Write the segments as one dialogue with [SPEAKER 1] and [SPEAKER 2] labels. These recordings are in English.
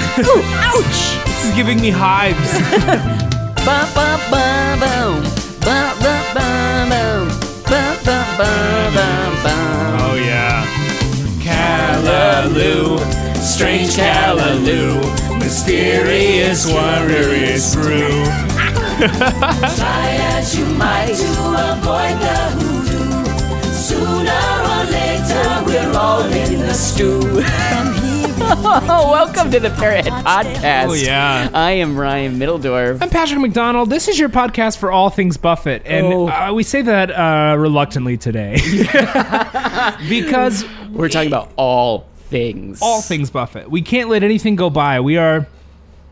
[SPEAKER 1] Ouch!
[SPEAKER 2] This is giving me hives.
[SPEAKER 1] Bum, bum, bum, bum. Bum, bum, bum, bum. Bum, bum, bum, bum, bum.
[SPEAKER 2] Oh yeah. Callaloo, strange Callaloo, mysterious warriors brew.
[SPEAKER 3] Try as you might to avoid the hoodoo. Sooner or later, we're all in the stew.
[SPEAKER 1] Oh, Welcome to the Parrothead Podcast.
[SPEAKER 2] Oh yeah.
[SPEAKER 1] I am Ryan Middledorf.
[SPEAKER 2] I'm Patrick McDonald. This is your podcast for all things Buffett, and
[SPEAKER 1] Oh.
[SPEAKER 2] uh, we say that uh, reluctantly today because
[SPEAKER 1] We're talking about all things.
[SPEAKER 2] all things Buffett. We can't let anything go by. We are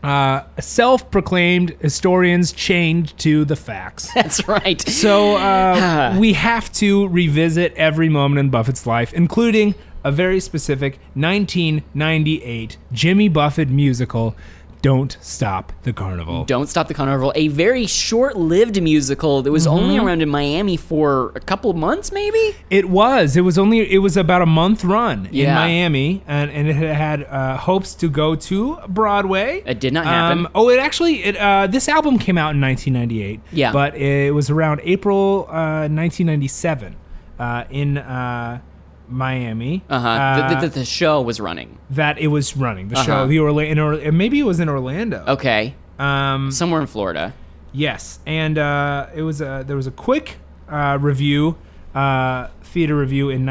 [SPEAKER 2] uh, self-proclaimed historians chained to the facts.
[SPEAKER 1] That's right.
[SPEAKER 2] So uh, we have to revisit every moment in Buffett's life, including a very specific 1998 Jimmy Buffett musical, "Don't Stop the Carnival."
[SPEAKER 1] Don't Stop the Carnival, a very short lived musical that was
[SPEAKER 2] Mm-hmm.
[SPEAKER 1] only around in Miami for a couple months, maybe?
[SPEAKER 2] It was. It was only. It was about a month run in
[SPEAKER 1] Yeah.
[SPEAKER 2] Miami, and, and it had uh, hopes to go to Broadway.
[SPEAKER 1] It did not happen.
[SPEAKER 2] oh, it actually. It uh, this album came out in 1998.
[SPEAKER 1] Yeah.
[SPEAKER 2] but it was around April uh, 1997 uh, in uh, Miami.
[SPEAKER 1] Uh-huh.
[SPEAKER 2] Uh,
[SPEAKER 1] The- the, the, the show was running.
[SPEAKER 2] that it was running the
[SPEAKER 1] Uh-huh.
[SPEAKER 2] show. The Orlando. Or, maybe it was in Orlando.
[SPEAKER 1] Okay.
[SPEAKER 2] Um,
[SPEAKER 1] Somewhere in Florida.
[SPEAKER 2] Yes, and uh, it was a, there was a quick uh, review, uh, theater review in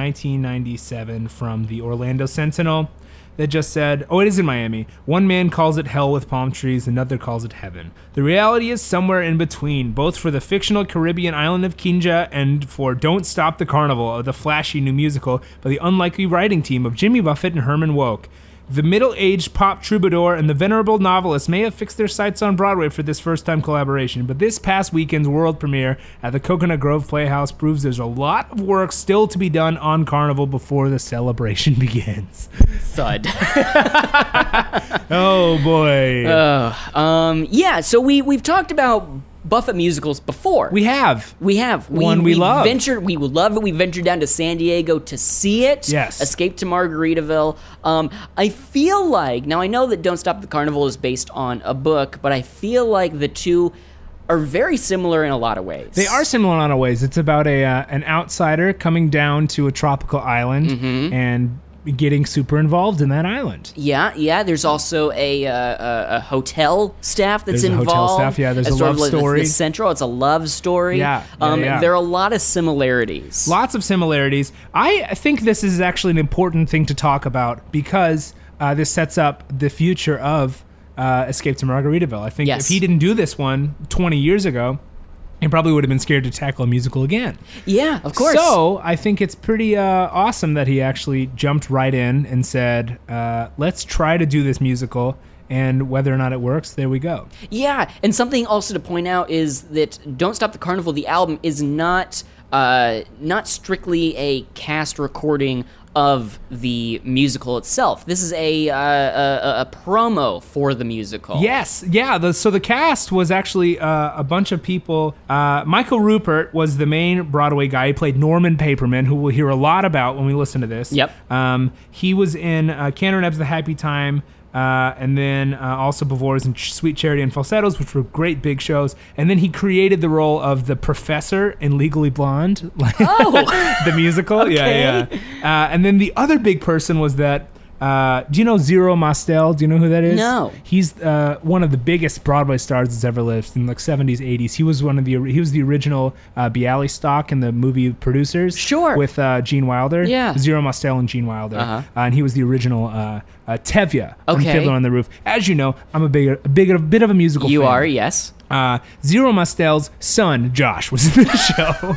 [SPEAKER 2] 1997 from the Orlando Sentinel that just said, "Oh, it is in Miami. One man calls it hell with palm trees, another calls it heaven. The reality is somewhere in between, both for the fictional Caribbean island of Kinja and for Don't Stop the Carnival, the flashy new musical by the unlikely writing team of Jimmy Buffett and Herman Woke." The middle aged pop troubadour and the venerable novelist may have fixed their sights on Broadway for this first time collaboration, but this past weekend's world premiere at the Coconut Grove Playhouse proves there's a lot of work still to be done on Carnival before the celebration begins.
[SPEAKER 1] Thud.
[SPEAKER 2] Oh boy.
[SPEAKER 1] um, yeah, so we, we've talked about Buffett musicals before.
[SPEAKER 2] we have.
[SPEAKER 1] We have. We,
[SPEAKER 2] One we love.
[SPEAKER 1] Ventured, we love it. We ventured down to San Diego to see it.
[SPEAKER 2] Yes.
[SPEAKER 1] Escape to Margaritaville. Um, I feel like, now I know that Don't Stop the Carnival is based on a book, but I feel like the two are very similar in a lot of ways.
[SPEAKER 2] They are similar in a lot of ways. It's about a uh, an outsider coming down to a tropical island and getting super involved in that island.
[SPEAKER 1] Yeah, yeah. There's also a uh, a, a hotel staff that's
[SPEAKER 2] There's a hotel
[SPEAKER 1] involved.
[SPEAKER 2] staff, yeah, there's
[SPEAKER 1] It's
[SPEAKER 2] a
[SPEAKER 1] sort of
[SPEAKER 2] love
[SPEAKER 1] like the- the
[SPEAKER 2] story.
[SPEAKER 1] central. It's a love story.
[SPEAKER 2] Yeah, yeah,
[SPEAKER 1] um,
[SPEAKER 2] yeah.
[SPEAKER 1] There are a lot of similarities.
[SPEAKER 2] Lots of similarities. I think this is actually an important thing to talk about because uh, this sets up the future of uh, Escape to Margaritaville. I think
[SPEAKER 1] Yes.
[SPEAKER 2] if he didn't do this one 20 years ago, he probably would have been scared to tackle a musical again.
[SPEAKER 1] yeah, of course.
[SPEAKER 2] So I think it's pretty uh, awesome that he actually jumped right in and said, uh, let's try to do this musical. And whether or not it works, there we go.
[SPEAKER 1] Yeah, and something also to point out is that "Don't Stop the Carnival" the album is not uh, not strictly a cast recording of the musical itself. This is a uh, a, a- a promo for the musical.
[SPEAKER 2] Yes, yeah. The, so the cast was actually uh, a bunch of people. Uh, Michael Rupert was the main Broadway guy. He played Norman Paperman, who we'll hear a lot about when we listen to this.
[SPEAKER 1] Yep.
[SPEAKER 2] Um, he was in uh, Cantor and Ebb's The Happy Time. Uh, and then uh, also Bavore's and Ch- Sweet Charity and Falsettos, which were great big shows. And then he created the role of the professor in Legally Blonde, like
[SPEAKER 1] Oh.
[SPEAKER 2] the musical. Yeah, yeah. Uh, and then the other big person was that. Uh, do you know Zero Mostel? Do you know who that is?
[SPEAKER 1] No.
[SPEAKER 2] He's uh, one of the biggest Broadway stars that's ever lived in like 70s, 80s. He was one of the he was the original uh, Bialystock in the movie producers.
[SPEAKER 1] Sure.
[SPEAKER 2] With uh, Gene Wilder.
[SPEAKER 1] Yeah.
[SPEAKER 2] Zero Mostel and Gene Wilder.
[SPEAKER 1] Uh-huh.
[SPEAKER 2] Uh, and he was the original uh, uh, Tevye on
[SPEAKER 1] Okay.
[SPEAKER 2] Fiddler on the Roof. As you know, I'm a bigger, a bigger, a bit of a musical.
[SPEAKER 1] you
[SPEAKER 2] fan.
[SPEAKER 1] are. Yes.
[SPEAKER 2] Uh, Zero Mostel's son Josh was in the show.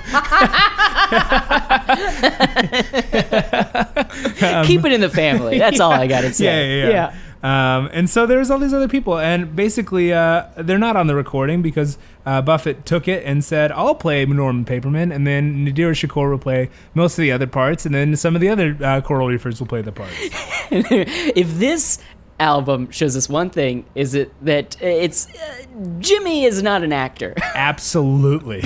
[SPEAKER 1] Keep it in the family. That's all I got to say.
[SPEAKER 2] Um, yeah, yeah, yeah. Um, and so there's all these other people, and basically uh, they're not on the recording because uh, Buffett took it and said, "I'll play Norman Paperman," and then Nadira Shakur will play most of the other parts, and then some of the other uh, choral reefers will play the parts.
[SPEAKER 1] if this album shows us one thing, is it that it's uh, Jimmy is not an actor.
[SPEAKER 2] Absolutely,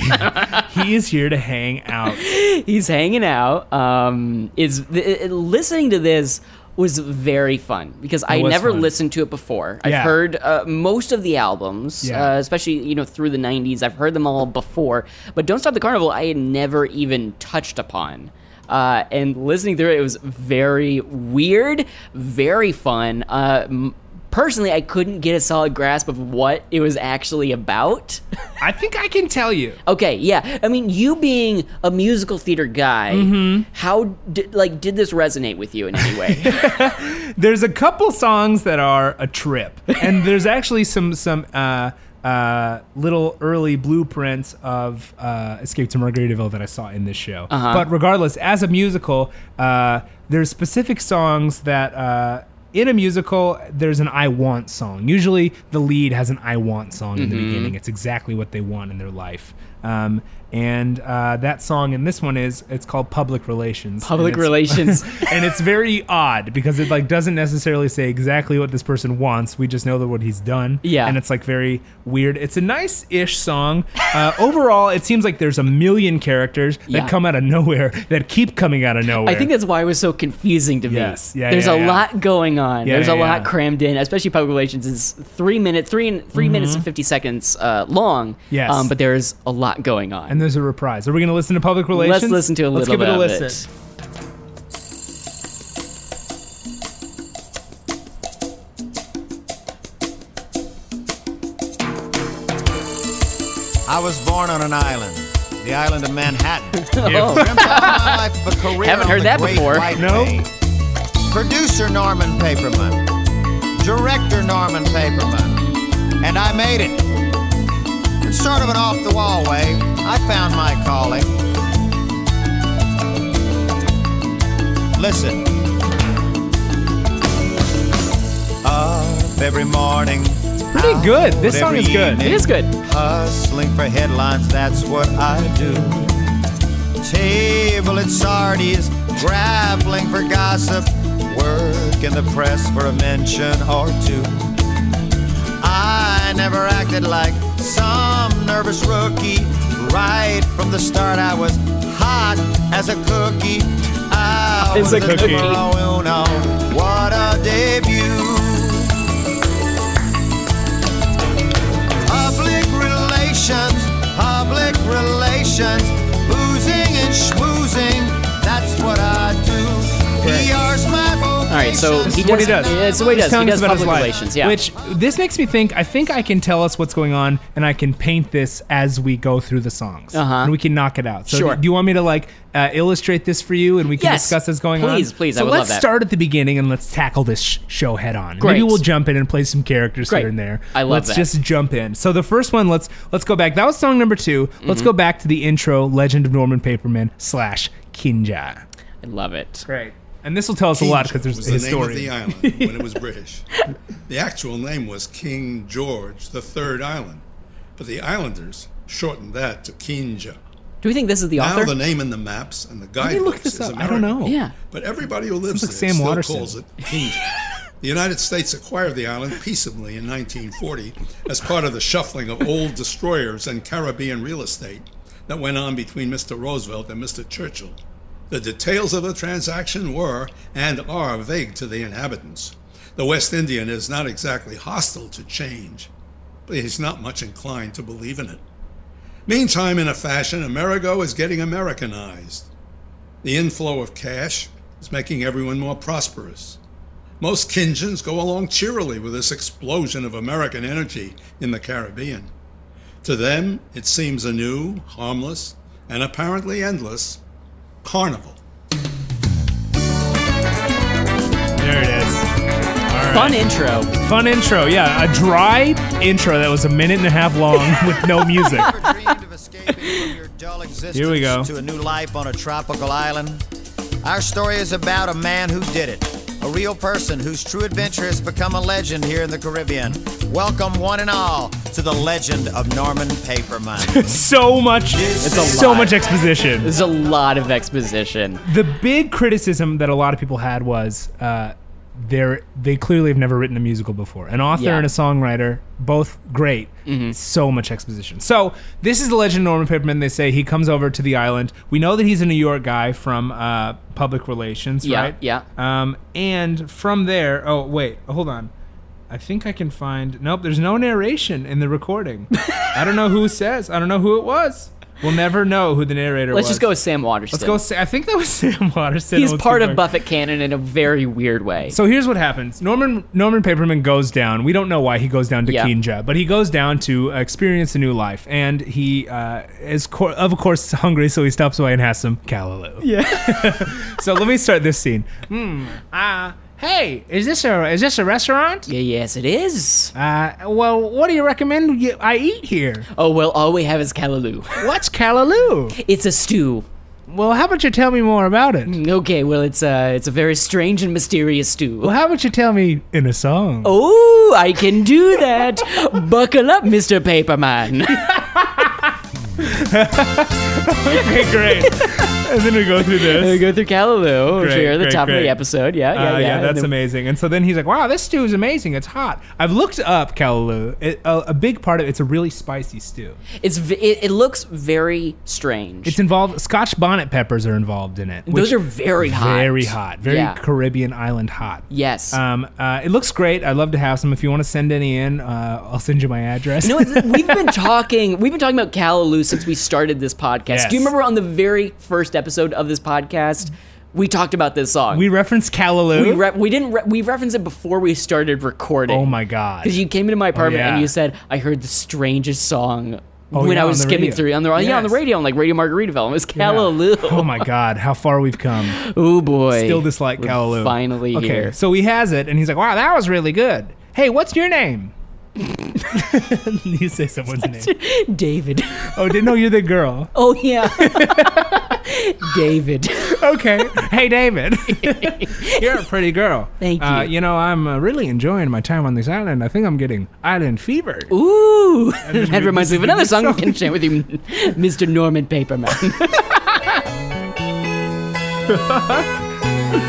[SPEAKER 2] he is here to hang out.
[SPEAKER 1] he's hanging out um is th- listening to this was very fun because I
[SPEAKER 2] was
[SPEAKER 1] never
[SPEAKER 2] fun.
[SPEAKER 1] listened to it before.
[SPEAKER 2] Yeah.
[SPEAKER 1] I've heard uh, most of the albums,
[SPEAKER 2] Yeah.
[SPEAKER 1] uh, especially you know through the '90s. I've heard them all before, but "Don't Stop the Carnival" I had never even touched upon. Uh, and listening through it, it was very weird, very fun. Uh, m- personally, I couldn't get a solid grasp of what it was actually about.
[SPEAKER 2] I think I can tell you.
[SPEAKER 1] Okay, yeah. I mean, you being a musical theater guy,
[SPEAKER 2] Mm-hmm.
[SPEAKER 1] how did like did this resonate with you in any way?
[SPEAKER 2] There's a couple songs that are a trip, and there's actually some some uh, uh, little early blueprints of uh, Escape to Margaritaville that I saw in this show.
[SPEAKER 1] Uh-huh.
[SPEAKER 2] But regardless, as a musical, uh, there's specific songs that. Uh, in a musical, there's an I want song. Usually, the lead has an I want song in the
[SPEAKER 1] Mm-hmm.
[SPEAKER 2] beginning. It's exactly what they want in their life. Um, and uh, that song in this one is it's called Public Relations. and
[SPEAKER 1] Public
[SPEAKER 2] it's-
[SPEAKER 1] relations.
[SPEAKER 2] and it's very odd because it like doesn't necessarily say exactly what this person wants. We just know that what he's done.
[SPEAKER 1] Yeah.
[SPEAKER 2] and it's like very weird. It's a nice-ish song. Uh, overall, it seems like there's a million characters that
[SPEAKER 1] Yeah.
[SPEAKER 2] come out of nowhere that keep coming out of nowhere.
[SPEAKER 1] I think that's why it was so confusing to me.
[SPEAKER 2] Yes. Yeah,
[SPEAKER 1] There's
[SPEAKER 2] yeah,
[SPEAKER 1] a
[SPEAKER 2] yeah.
[SPEAKER 1] lot going on.
[SPEAKER 2] Yeah,
[SPEAKER 1] There's a
[SPEAKER 2] yeah,
[SPEAKER 1] lot
[SPEAKER 2] yeah.
[SPEAKER 1] crammed in, especially public relations is three minutes, three and 3 minutes and fifty seconds uh, long.
[SPEAKER 2] Mm-hmm. Yes.
[SPEAKER 1] um, but there's a lot going on.
[SPEAKER 2] and there's a reprise. Are we going to listen to Public Relations?
[SPEAKER 1] Let's listen to a little
[SPEAKER 2] Let's give
[SPEAKER 1] bit
[SPEAKER 2] it a
[SPEAKER 1] of
[SPEAKER 2] listen.
[SPEAKER 1] it.
[SPEAKER 4] I was born on an island, the island of Manhattan. Dreamt all my life of a career
[SPEAKER 1] Haven't
[SPEAKER 4] on
[SPEAKER 1] heard
[SPEAKER 4] the
[SPEAKER 1] that
[SPEAKER 4] Great
[SPEAKER 1] before.
[SPEAKER 4] White
[SPEAKER 2] No.
[SPEAKER 4] Way. Producer Norman Paperman, director Norman Paperman, and I made it. In sort of an off-the-wall way, I found my calling. Listen. Up every morning. It's
[SPEAKER 2] pretty good. This song is good.
[SPEAKER 1] It is good.
[SPEAKER 4] Hustling for headlines, that's what I do. Table at Sardi's, grappling for gossip, work in the press for a mention or two. I never acted like some nervous rookie. Right from the start, I was hot as a cookie. I was
[SPEAKER 1] It's a
[SPEAKER 4] the
[SPEAKER 1] cookie.
[SPEAKER 4] numero uno. What a debut! Public relations, public relations, boozing and schmoozing. That's what I do. PR's my vocation.
[SPEAKER 1] All right, so he does.
[SPEAKER 2] what he does.
[SPEAKER 1] yeah, It's the way he
[SPEAKER 2] He's
[SPEAKER 1] does. He
[SPEAKER 2] telling us
[SPEAKER 1] does
[SPEAKER 2] about his
[SPEAKER 1] public
[SPEAKER 2] life,
[SPEAKER 1] relations. Yeah.
[SPEAKER 2] Which this makes me think. I think I can tell us what's going on, and I can paint this as we go through the songs,
[SPEAKER 1] Uh-huh.
[SPEAKER 2] and we can knock it out. So
[SPEAKER 1] Sure.
[SPEAKER 2] Do you want me to like uh, illustrate this for you, and we can
[SPEAKER 1] Yes.
[SPEAKER 2] discuss what's going on?
[SPEAKER 1] Please, please, I
[SPEAKER 2] So
[SPEAKER 1] would love
[SPEAKER 2] let's
[SPEAKER 1] that.
[SPEAKER 2] start at the beginning and let's tackle this sh- show head on.
[SPEAKER 1] Great.
[SPEAKER 2] Maybe we'll jump in and play some characters
[SPEAKER 1] Great.
[SPEAKER 2] here and there.
[SPEAKER 1] I love
[SPEAKER 2] let's
[SPEAKER 1] that.
[SPEAKER 2] just jump in. So the first one, let's let's go back. That was song number 2 let
[SPEAKER 1] Mm-hmm.
[SPEAKER 2] Let's go back to the intro, Legend of Norman Paperman slash Kinja.
[SPEAKER 1] I love it.
[SPEAKER 2] Great. And this will tell us a lot
[SPEAKER 5] King
[SPEAKER 2] because there's
[SPEAKER 5] was
[SPEAKER 2] a
[SPEAKER 5] the
[SPEAKER 2] historian.
[SPEAKER 5] name of the island when it was British. The actual name was King George the Third Island, but the islanders shortened that to Kinja.
[SPEAKER 1] Do we think this is the
[SPEAKER 5] Now
[SPEAKER 1] author?
[SPEAKER 5] the name in the maps and the
[SPEAKER 2] me look
[SPEAKER 5] guidebooks
[SPEAKER 2] this
[SPEAKER 5] is
[SPEAKER 2] up. I
[SPEAKER 5] American.
[SPEAKER 2] don't know.
[SPEAKER 1] yeah.
[SPEAKER 5] But everybody who lives
[SPEAKER 2] Sounds like
[SPEAKER 5] there
[SPEAKER 2] Sam
[SPEAKER 5] still
[SPEAKER 2] Waterston.
[SPEAKER 5] calls it Kinja. the United States acquired the island peaceably in 1940 as part of the shuffling of old destroyers and Caribbean real estate that went on between Mr. Roosevelt and Mr. Churchill. The details of the transaction were and are vague to the inhabitants. The West Indian is not exactly hostile to change, but he's not much inclined to believe in it. Meantime, in a fashion, Amerigo is getting Americanized. The inflow of cash is making everyone more prosperous. Most Kinjans go along cheerily with this explosion of American energy in the Caribbean. To them, it seems a new, harmless, and apparently endless carnival.
[SPEAKER 2] There it is.
[SPEAKER 1] Fun intro.
[SPEAKER 2] Fun intro, yeah. A dry intro that was a minute and a half long with no music.
[SPEAKER 4] Ever dreamed of escaping from your dull existence
[SPEAKER 2] Here we go.
[SPEAKER 4] To a new life on a tropical island. Our story is about a man who did it, a real person whose true adventure has become a legend here in the Caribbean. Welcome, one and all, to the legend of Norman Paperman.
[SPEAKER 2] So much,
[SPEAKER 4] It's
[SPEAKER 1] a
[SPEAKER 2] so
[SPEAKER 1] lot.
[SPEAKER 2] much exposition.
[SPEAKER 1] There's a lot of exposition.
[SPEAKER 2] The big criticism that a lot of people had was uh, they're, they clearly have never written a musical before. An author
[SPEAKER 1] Yeah. Mm-hmm.
[SPEAKER 2] and a songwriter both great. So much exposition. So this is the legend of Norman Peppermint. They say he comes over to the island. We know that he's a New York guy from uh, public relations,
[SPEAKER 1] Yeah,
[SPEAKER 2] right?
[SPEAKER 1] yeah.
[SPEAKER 2] Um, and from there, oh wait, hold on. I think I can find. Nope, there's no narration in the recording. I don't know who says. I don't know who it was. We'll never know who the narrator
[SPEAKER 1] Let's
[SPEAKER 2] was.
[SPEAKER 1] just go with Sam Waterston.
[SPEAKER 2] Let's go. Sa- I think that was Sam Waterston.
[SPEAKER 1] He's
[SPEAKER 2] Let's
[SPEAKER 1] part
[SPEAKER 2] keep
[SPEAKER 1] of
[SPEAKER 2] going.
[SPEAKER 1] Buffett canon in a very weird way.
[SPEAKER 2] So here's what happens. Norman Norman Paperman goes down. We don't know why he goes down to
[SPEAKER 1] Yeah.
[SPEAKER 2] Kinja, but he goes down to experience a new life, and he uh, is co- of course hungry, so he stops by and has some callaloo. Yeah. so let me start this scene. Hmm. Uh, hey, is this a is this a restaurant?
[SPEAKER 1] yeah, yes, it is.
[SPEAKER 2] Uh, well, what do you recommend you, I eat here?
[SPEAKER 1] Oh well, all we have is Kalaloo.
[SPEAKER 2] What's callaloo?
[SPEAKER 1] It's a stew.
[SPEAKER 2] Well, how about you tell me more about it?
[SPEAKER 1] Okay, well, it's a it's a very strange and mysterious stew.
[SPEAKER 2] Well, how about you tell me in a song?
[SPEAKER 1] Oh, I can do that. Buckle up, Mr. Paperman.
[SPEAKER 2] Okay, great. and then we go through this.
[SPEAKER 1] we go through Kalaloo, which
[SPEAKER 2] Great,
[SPEAKER 1] we are at the
[SPEAKER 2] great,
[SPEAKER 1] top of
[SPEAKER 2] great.
[SPEAKER 1] the episode. Yeah, yeah,
[SPEAKER 2] Uh, yeah,
[SPEAKER 1] yeah. And
[SPEAKER 2] that's
[SPEAKER 1] then-
[SPEAKER 2] amazing. And so then he's like, "Wow, this stew is amazing. It's hot." I've looked up callaloo. It, a, a big part of it's a really spicy stew.
[SPEAKER 1] It's v- it, it looks very strange.
[SPEAKER 2] It's involved. Scotch bonnet peppers are involved in it.
[SPEAKER 1] Those
[SPEAKER 2] which-
[SPEAKER 1] are very hot.
[SPEAKER 2] very hot, very
[SPEAKER 1] Yeah.
[SPEAKER 2] Caribbean island hot.
[SPEAKER 1] Yes.
[SPEAKER 2] Um, uh, it looks great. I'd love to have some. If you want to send any in, uh, I'll send you my address.
[SPEAKER 1] No, it's, we've been talking. We've been talking about Callaloo since we started this podcast.
[SPEAKER 2] Yes.
[SPEAKER 1] Do you remember on the very first episode of this podcast, we talked about this song?
[SPEAKER 2] we reference callaloo.
[SPEAKER 1] we, re- we didn't re- we referenced it before we started recording.
[SPEAKER 2] oh my god! Oh,
[SPEAKER 1] Because you came into my apartment
[SPEAKER 2] yeah. Oh,
[SPEAKER 1] and you said I heard the strangest song when
[SPEAKER 2] yeah,
[SPEAKER 1] I
[SPEAKER 2] on
[SPEAKER 1] was
[SPEAKER 2] the
[SPEAKER 1] skimming
[SPEAKER 2] radio.
[SPEAKER 1] through on the yeah on the
[SPEAKER 2] Yes.
[SPEAKER 1] radio on like Radio Margaritaville. It was
[SPEAKER 2] Yeah.
[SPEAKER 1] Callaloo.
[SPEAKER 2] Oh my god! How far we've come.
[SPEAKER 1] Oh boy.
[SPEAKER 2] Still dislike
[SPEAKER 1] We're
[SPEAKER 2] Callaloo.
[SPEAKER 1] Finally
[SPEAKER 2] okay,
[SPEAKER 1] here.
[SPEAKER 2] So he has it, and he's like, "Wow, that was really good. Hey, what's your name?" you say someone's name.
[SPEAKER 1] David.
[SPEAKER 2] Oh, didn't know you're the girl.
[SPEAKER 1] Oh yeah. David.
[SPEAKER 2] Okay. Hey, David. you're a pretty girl.
[SPEAKER 1] Thank
[SPEAKER 2] Uh,
[SPEAKER 1] you.
[SPEAKER 2] you know, I'm uh, really enjoying my time on this island. I think I'm getting island fever.
[SPEAKER 1] Ooh. That
[SPEAKER 2] we-
[SPEAKER 1] reminds me of
[SPEAKER 2] this is
[SPEAKER 1] another
[SPEAKER 2] a
[SPEAKER 1] song we
[SPEAKER 2] song.
[SPEAKER 1] can share with you, Mr. Norman Paperman.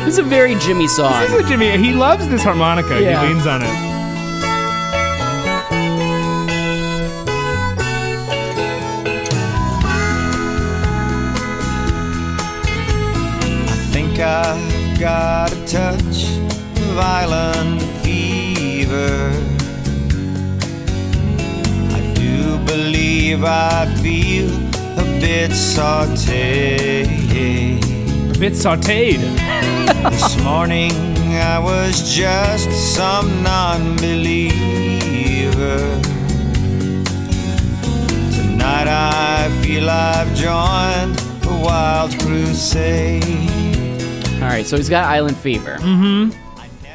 [SPEAKER 1] it's a very Jimmy
[SPEAKER 2] This
[SPEAKER 1] song.
[SPEAKER 2] is Jimmy. He loves this harmonica.
[SPEAKER 1] Yeah.
[SPEAKER 2] He leans on it.
[SPEAKER 6] think I've got a touch of island fever. I do believe I feel a bit sauteed.
[SPEAKER 2] A bit sauteed.
[SPEAKER 6] This morning I was just some non believer. Tonight I feel I've joined a wild crusade.
[SPEAKER 1] All right, so he's got Island Fever. Mm-hmm.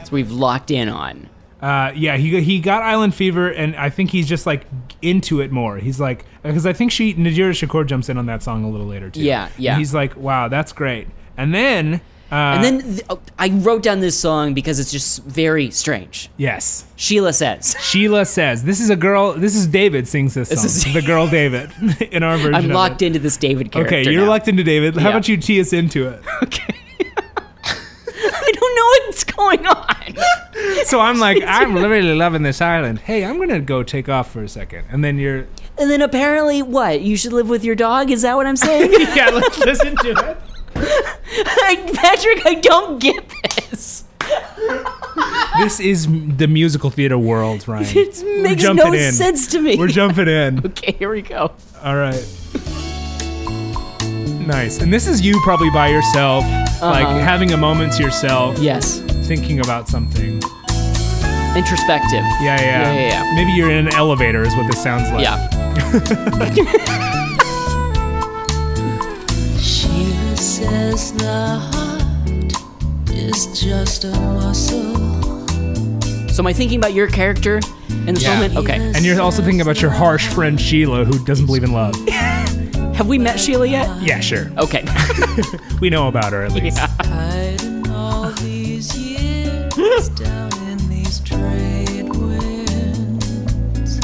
[SPEAKER 1] So we've locked in on.
[SPEAKER 2] Uh, yeah, he he got island fever, and I think he's just like into it more. He's like, because I think she Nadira Shakur jumps in on that song a little later too.
[SPEAKER 1] Yeah,
[SPEAKER 2] And
[SPEAKER 1] yeah.
[SPEAKER 2] he's like, wow, that's great. And then, uh,
[SPEAKER 1] And then th- oh, I wrote down this song because it's just very strange.
[SPEAKER 2] yes,
[SPEAKER 1] Sheila says,
[SPEAKER 2] Sheila says, "This is a girl. This is David sings this song.
[SPEAKER 1] is-
[SPEAKER 2] the girl David in our version.
[SPEAKER 1] "I'm
[SPEAKER 2] of
[SPEAKER 1] locked
[SPEAKER 2] it.
[SPEAKER 1] into this David character."
[SPEAKER 2] Okay, you're
[SPEAKER 1] now.
[SPEAKER 2] locked into David. How
[SPEAKER 1] Yeah.
[SPEAKER 2] about you tee us into it?
[SPEAKER 1] Okay. I don't know what's going on.
[SPEAKER 2] So I'm like, I'm really loving this island. Hey, I'm gonna go take off for a second, and then you're.
[SPEAKER 1] And then apparently, what? You should live with your dog? Is that what I'm saying?
[SPEAKER 2] Yeah, let's listen to it.
[SPEAKER 1] I- Patrick, I don't get this.
[SPEAKER 2] This is m- the musical theater world, Ryan.
[SPEAKER 1] It makes
[SPEAKER 2] jumping
[SPEAKER 1] no
[SPEAKER 2] in.
[SPEAKER 1] sense to me.
[SPEAKER 2] We're jumping in.
[SPEAKER 1] okay, here we go.
[SPEAKER 2] All right. Nice. And this is you probably by yourself, like
[SPEAKER 1] Uh-huh.
[SPEAKER 2] having a moment to yourself,
[SPEAKER 1] Yes.
[SPEAKER 2] thinking about something.
[SPEAKER 1] Introspective.
[SPEAKER 2] Yeah, yeah.
[SPEAKER 1] Yeah, yeah, yeah.
[SPEAKER 2] Maybe you're in an elevator, is what this sounds like.
[SPEAKER 1] Yeah.
[SPEAKER 3] She says the heart is just a muscle.
[SPEAKER 1] So am I thinking about your character in this
[SPEAKER 2] Yeah.
[SPEAKER 1] moment? Okay.
[SPEAKER 2] And you're also thinking about your harsh friend Sheila, who doesn't believe in love.
[SPEAKER 1] Have we met Sheila yet?
[SPEAKER 2] yeah, sure.
[SPEAKER 1] Okay.
[SPEAKER 2] We know about her at least.
[SPEAKER 3] Hiding all these years down in these trade winds.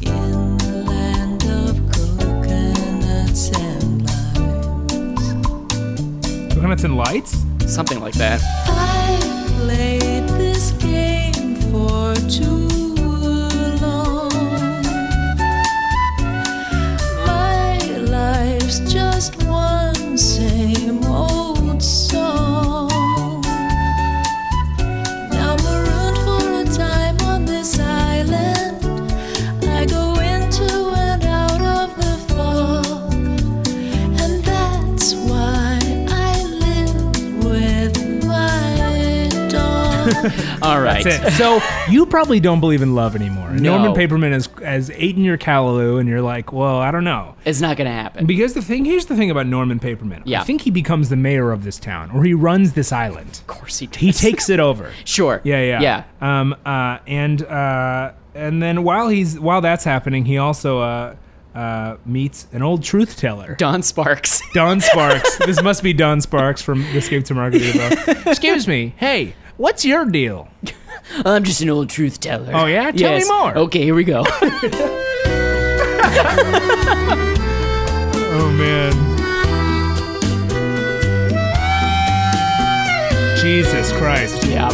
[SPEAKER 3] In the land of coconuts and limes.
[SPEAKER 2] Coconuts and lights?
[SPEAKER 1] Something like that.
[SPEAKER 3] I played this game for two.
[SPEAKER 1] All right.
[SPEAKER 2] That's it. So you probably don't believe in love anymore. And
[SPEAKER 1] No.
[SPEAKER 2] Norman Paperman has has eaten your callaloo, and you're like, well, I don't know.
[SPEAKER 1] It's not going to happen.
[SPEAKER 2] Because the thing here's the thing about Norman Paperman.
[SPEAKER 1] Yeah.
[SPEAKER 2] I think he becomes the mayor of this town, or he runs this island.
[SPEAKER 1] of course he does.
[SPEAKER 2] He takes it over.
[SPEAKER 1] Sure.
[SPEAKER 2] Yeah, yeah,
[SPEAKER 1] Yeah.
[SPEAKER 2] yeah. Um, uh, and uh, and then while he's while that's happening, he also uh, uh, meets an old truth teller,
[SPEAKER 1] Don Sparks.
[SPEAKER 2] Don Sparks. this must be Don Sparks from Escape to Margaritaville. Excuse me. Hey, what's your deal?
[SPEAKER 1] I'm just an old truth teller.
[SPEAKER 2] Oh, yeah? Tell me
[SPEAKER 1] Yes.
[SPEAKER 2] more.
[SPEAKER 1] Okay, here we go.
[SPEAKER 2] Oh man. Jesus Christ.
[SPEAKER 1] yeah.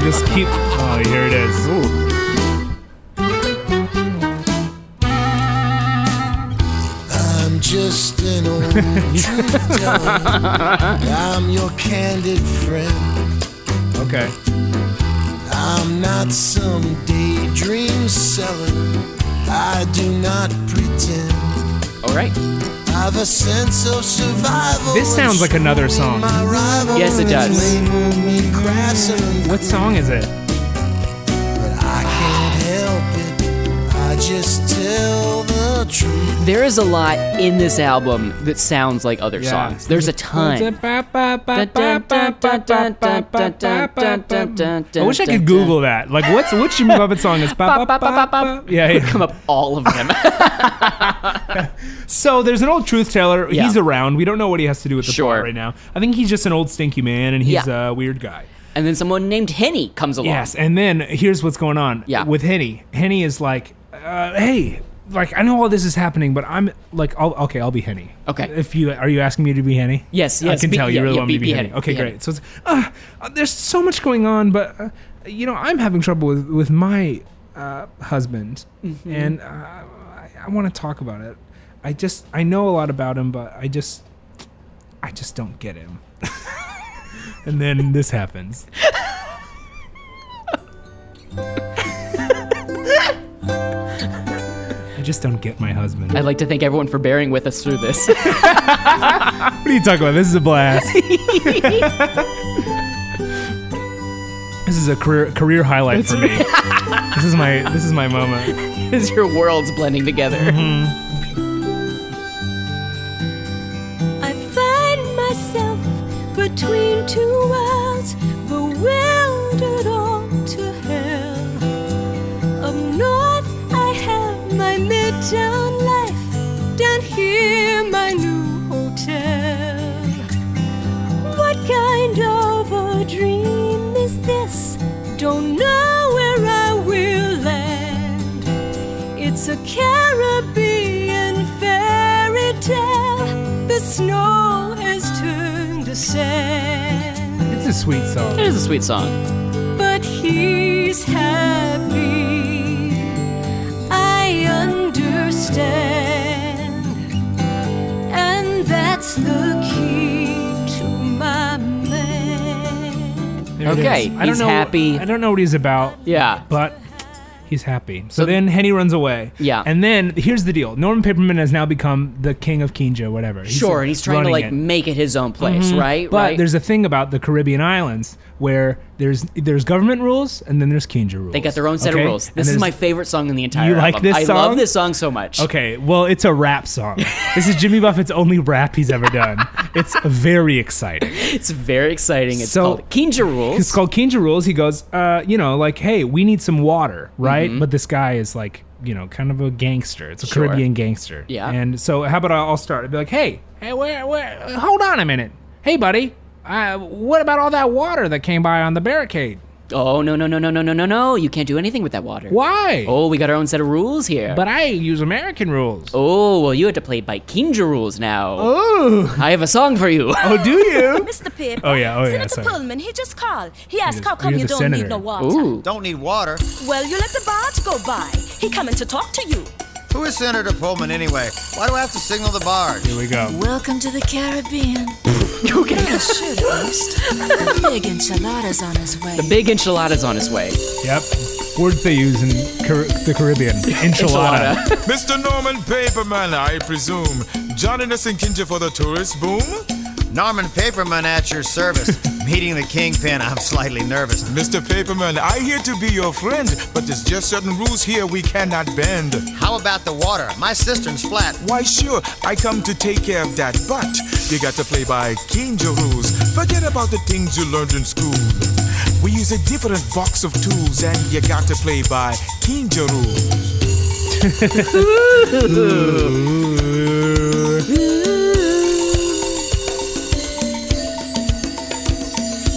[SPEAKER 2] Just keep. Oh, here it is.
[SPEAKER 7] I'm just an old truth teller. I'm your candid friend.
[SPEAKER 2] Okay.
[SPEAKER 7] I'm not some daydream seller. I do not pretend.
[SPEAKER 1] All right.
[SPEAKER 7] I've a sense of survival.
[SPEAKER 2] This sounds like another song.
[SPEAKER 7] My rival
[SPEAKER 1] Yes, it
[SPEAKER 7] has
[SPEAKER 1] does.
[SPEAKER 7] labeled me crass and
[SPEAKER 2] What song is it?
[SPEAKER 7] but I can't help it. I just tell the truth.
[SPEAKER 1] There is a lot in this album that sounds like other
[SPEAKER 2] Yeah.
[SPEAKER 1] songs. There's a ton.
[SPEAKER 2] I wish I could Google that. Like, what's which Jimmy Buffett song is? Ba, ba, ba, ba. Yeah,
[SPEAKER 1] Would
[SPEAKER 2] yeah.
[SPEAKER 1] come up all of them.
[SPEAKER 2] So there's an old truth teller.
[SPEAKER 1] Yeah.
[SPEAKER 2] He's around. We don't know what he has to do with the
[SPEAKER 1] Sure.
[SPEAKER 2] plot right now. I think he's just an old stinky man, and he's
[SPEAKER 1] Yeah.
[SPEAKER 2] a weird guy.
[SPEAKER 1] and then someone named Henny comes along.
[SPEAKER 2] Yes, and then here's what's going on.
[SPEAKER 1] Yeah.
[SPEAKER 2] With Henny, Henny is like, uh, hey, like I know all this is happening, but I'm like, I'll, okay, I'll be Henny.
[SPEAKER 1] Okay.
[SPEAKER 2] If you are you asking me to be Henny?
[SPEAKER 1] Yes,
[SPEAKER 2] I
[SPEAKER 1] yes,
[SPEAKER 2] can
[SPEAKER 1] be-
[SPEAKER 2] tell you
[SPEAKER 1] yeah,
[SPEAKER 2] really
[SPEAKER 1] yeah,
[SPEAKER 2] want
[SPEAKER 1] be-
[SPEAKER 2] me to be
[SPEAKER 1] be
[SPEAKER 2] Henny.
[SPEAKER 1] Henny,
[SPEAKER 2] Okay,
[SPEAKER 1] be
[SPEAKER 2] great.
[SPEAKER 1] Henny.
[SPEAKER 2] So it's uh, uh, there's so much going on, but uh, you know I'm having trouble with with my uh, husband,
[SPEAKER 1] Mm-hmm.
[SPEAKER 2] and uh, I, I want to talk about it. I just I know a lot about him, but I just I just don't get him. and then this happens. I just don't get my husband.
[SPEAKER 1] I'd like to thank everyone for bearing with us through this.
[SPEAKER 2] What are you talking about? This is a blast. this is a career career highlight for me. this is my this is my moment.
[SPEAKER 1] As your worlds blending
[SPEAKER 2] Mm-hmm.
[SPEAKER 1] together.
[SPEAKER 8] I find myself between two worlds, bewildered all to hell. Up north, I have my midtown life, down here, my new hotel. What kind of a dream is this? Don't know where I will land. It's a Caribbean fairy tale. The snow has turned to sand,
[SPEAKER 2] It's a sweet
[SPEAKER 1] It
[SPEAKER 2] song.
[SPEAKER 1] is a sweet song.
[SPEAKER 8] but he's happy. I understand, and that's the key to my man.
[SPEAKER 2] There it is.
[SPEAKER 1] Okay,
[SPEAKER 2] I don't
[SPEAKER 1] he's
[SPEAKER 2] know,
[SPEAKER 1] happy.
[SPEAKER 2] I don't know what he's about,
[SPEAKER 1] Yeah.
[SPEAKER 2] but he's happy. So,
[SPEAKER 1] So-
[SPEAKER 2] then Henny runs away.
[SPEAKER 1] Yeah.
[SPEAKER 2] And then here's the deal: Norman Paperman has now become the king of Kinjo, whatever. He's
[SPEAKER 1] Sure, and he's trying to
[SPEAKER 2] running
[SPEAKER 1] like
[SPEAKER 2] it. Mm-hmm.
[SPEAKER 1] make it his own place, right?
[SPEAKER 2] But
[SPEAKER 1] right?
[SPEAKER 2] there's a thing about the Caribbean islands where there's there's government rules and then there's Kinja rules.
[SPEAKER 1] they got their own set
[SPEAKER 2] okay?
[SPEAKER 1] of rules.
[SPEAKER 2] And
[SPEAKER 1] This is
[SPEAKER 2] there's-
[SPEAKER 1] my favorite song in the entire
[SPEAKER 2] You like
[SPEAKER 1] album.
[SPEAKER 2] this
[SPEAKER 1] I
[SPEAKER 2] song?
[SPEAKER 1] love this song so much.
[SPEAKER 2] Okay, well, it's a rap song. this is Jimmy Buffett's only rap he's ever done. It's very exciting.
[SPEAKER 1] It's very exciting. It's
[SPEAKER 2] So-
[SPEAKER 1] called Kinja Rules.
[SPEAKER 2] It's called Kinja Rules. He goes, uh, you know, like, hey, we need some water, right? But this guy is like, you know, kind of a gangster. It's a
[SPEAKER 1] Mm-hmm. Sure.
[SPEAKER 2] Caribbean gangster.
[SPEAKER 1] Yeah.
[SPEAKER 2] And so, how about I'll I'll start? I'd be like, hey, hey, where, where, hold on a minute. Hey, buddy, uh, what about all that water that came by on the barricade?
[SPEAKER 1] oh no no no no no no no no! You can't do anything with that water.
[SPEAKER 2] Why?
[SPEAKER 1] Oh, we got our own set of rules here.
[SPEAKER 2] But I use American rules.
[SPEAKER 1] oh well, you had to play by Kinja rules now.
[SPEAKER 2] Oh,
[SPEAKER 1] I have a song for you.
[SPEAKER 2] oh do you?
[SPEAKER 8] Mr. Pip.
[SPEAKER 2] Oh, yeah, oh, yeah,
[SPEAKER 8] Senator
[SPEAKER 2] sorry.
[SPEAKER 8] Pullman, he just called. He asked
[SPEAKER 2] is-
[SPEAKER 8] how come
[SPEAKER 2] he is
[SPEAKER 8] you
[SPEAKER 2] a
[SPEAKER 8] don't
[SPEAKER 2] senator.
[SPEAKER 8] need no water.
[SPEAKER 1] Ooh.
[SPEAKER 4] Don't need water.
[SPEAKER 8] Well, you let the barge go by. He coming to talk to you.
[SPEAKER 4] Who is Senator Pullman anyway? Why do I have to signal the barge?
[SPEAKER 2] Here we go.
[SPEAKER 9] Welcome to the Caribbean. Should host. The big enchiladas on his way.
[SPEAKER 1] Big enchiladas on his way.
[SPEAKER 2] Yep. Words they use in Car- the Caribbean. Enchilada.
[SPEAKER 10] Mr. Norman Paperman, I presume. Joining us in Kinja for the tourist boom?
[SPEAKER 4] Norman Paperman at your service. Meeting the kingpin, I'm slightly nervous.
[SPEAKER 10] Mr. Paperman, I here to be your friend, but there's just certain rules here we cannot bend.
[SPEAKER 4] How about the water? My cistern's flat.
[SPEAKER 10] Why, sure, I come to take care of that, but you got to play by Kinja rules. Forget about the things you learned in school. We use a different box of tools, and you got to play by Kinja rules.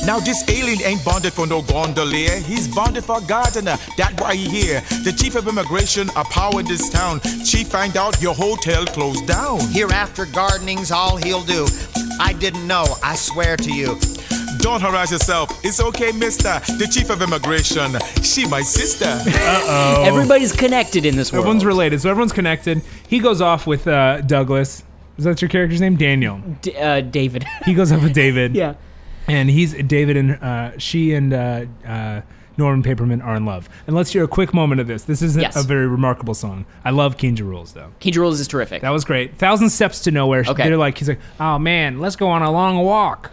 [SPEAKER 10] Now this alien ain't bonded for no gondolier. He's bonded for gardener. That why he here. The chief of immigration, a power in this town. Chief find out your hotel closed down.
[SPEAKER 4] Hereafter gardening's all he'll do. I didn't know. I swear to you.
[SPEAKER 10] Don't harass yourself. It's okay, mister. The chief of immigration. She my sister. Uh-oh.
[SPEAKER 1] Everybody's connected in this world.
[SPEAKER 2] Oh. Everyone's related, so everyone's connected. He goes off with uh, Douglas. Is that your character's name? Daniel.
[SPEAKER 1] D- uh, David.
[SPEAKER 2] He goes off with David.
[SPEAKER 1] yeah.
[SPEAKER 2] And he's David and uh, she and uh, uh, Norman Paperman are in love. And let's hear a quick moment of this. This isn't
[SPEAKER 1] Yes.
[SPEAKER 2] a very remarkable song. I love Kinja Rules though.
[SPEAKER 1] Kinja Rules is terrific.
[SPEAKER 2] That was great. Thousand Steps to Nowhere.
[SPEAKER 1] Okay.
[SPEAKER 2] They're like he's like, oh man, let's go on a long walk.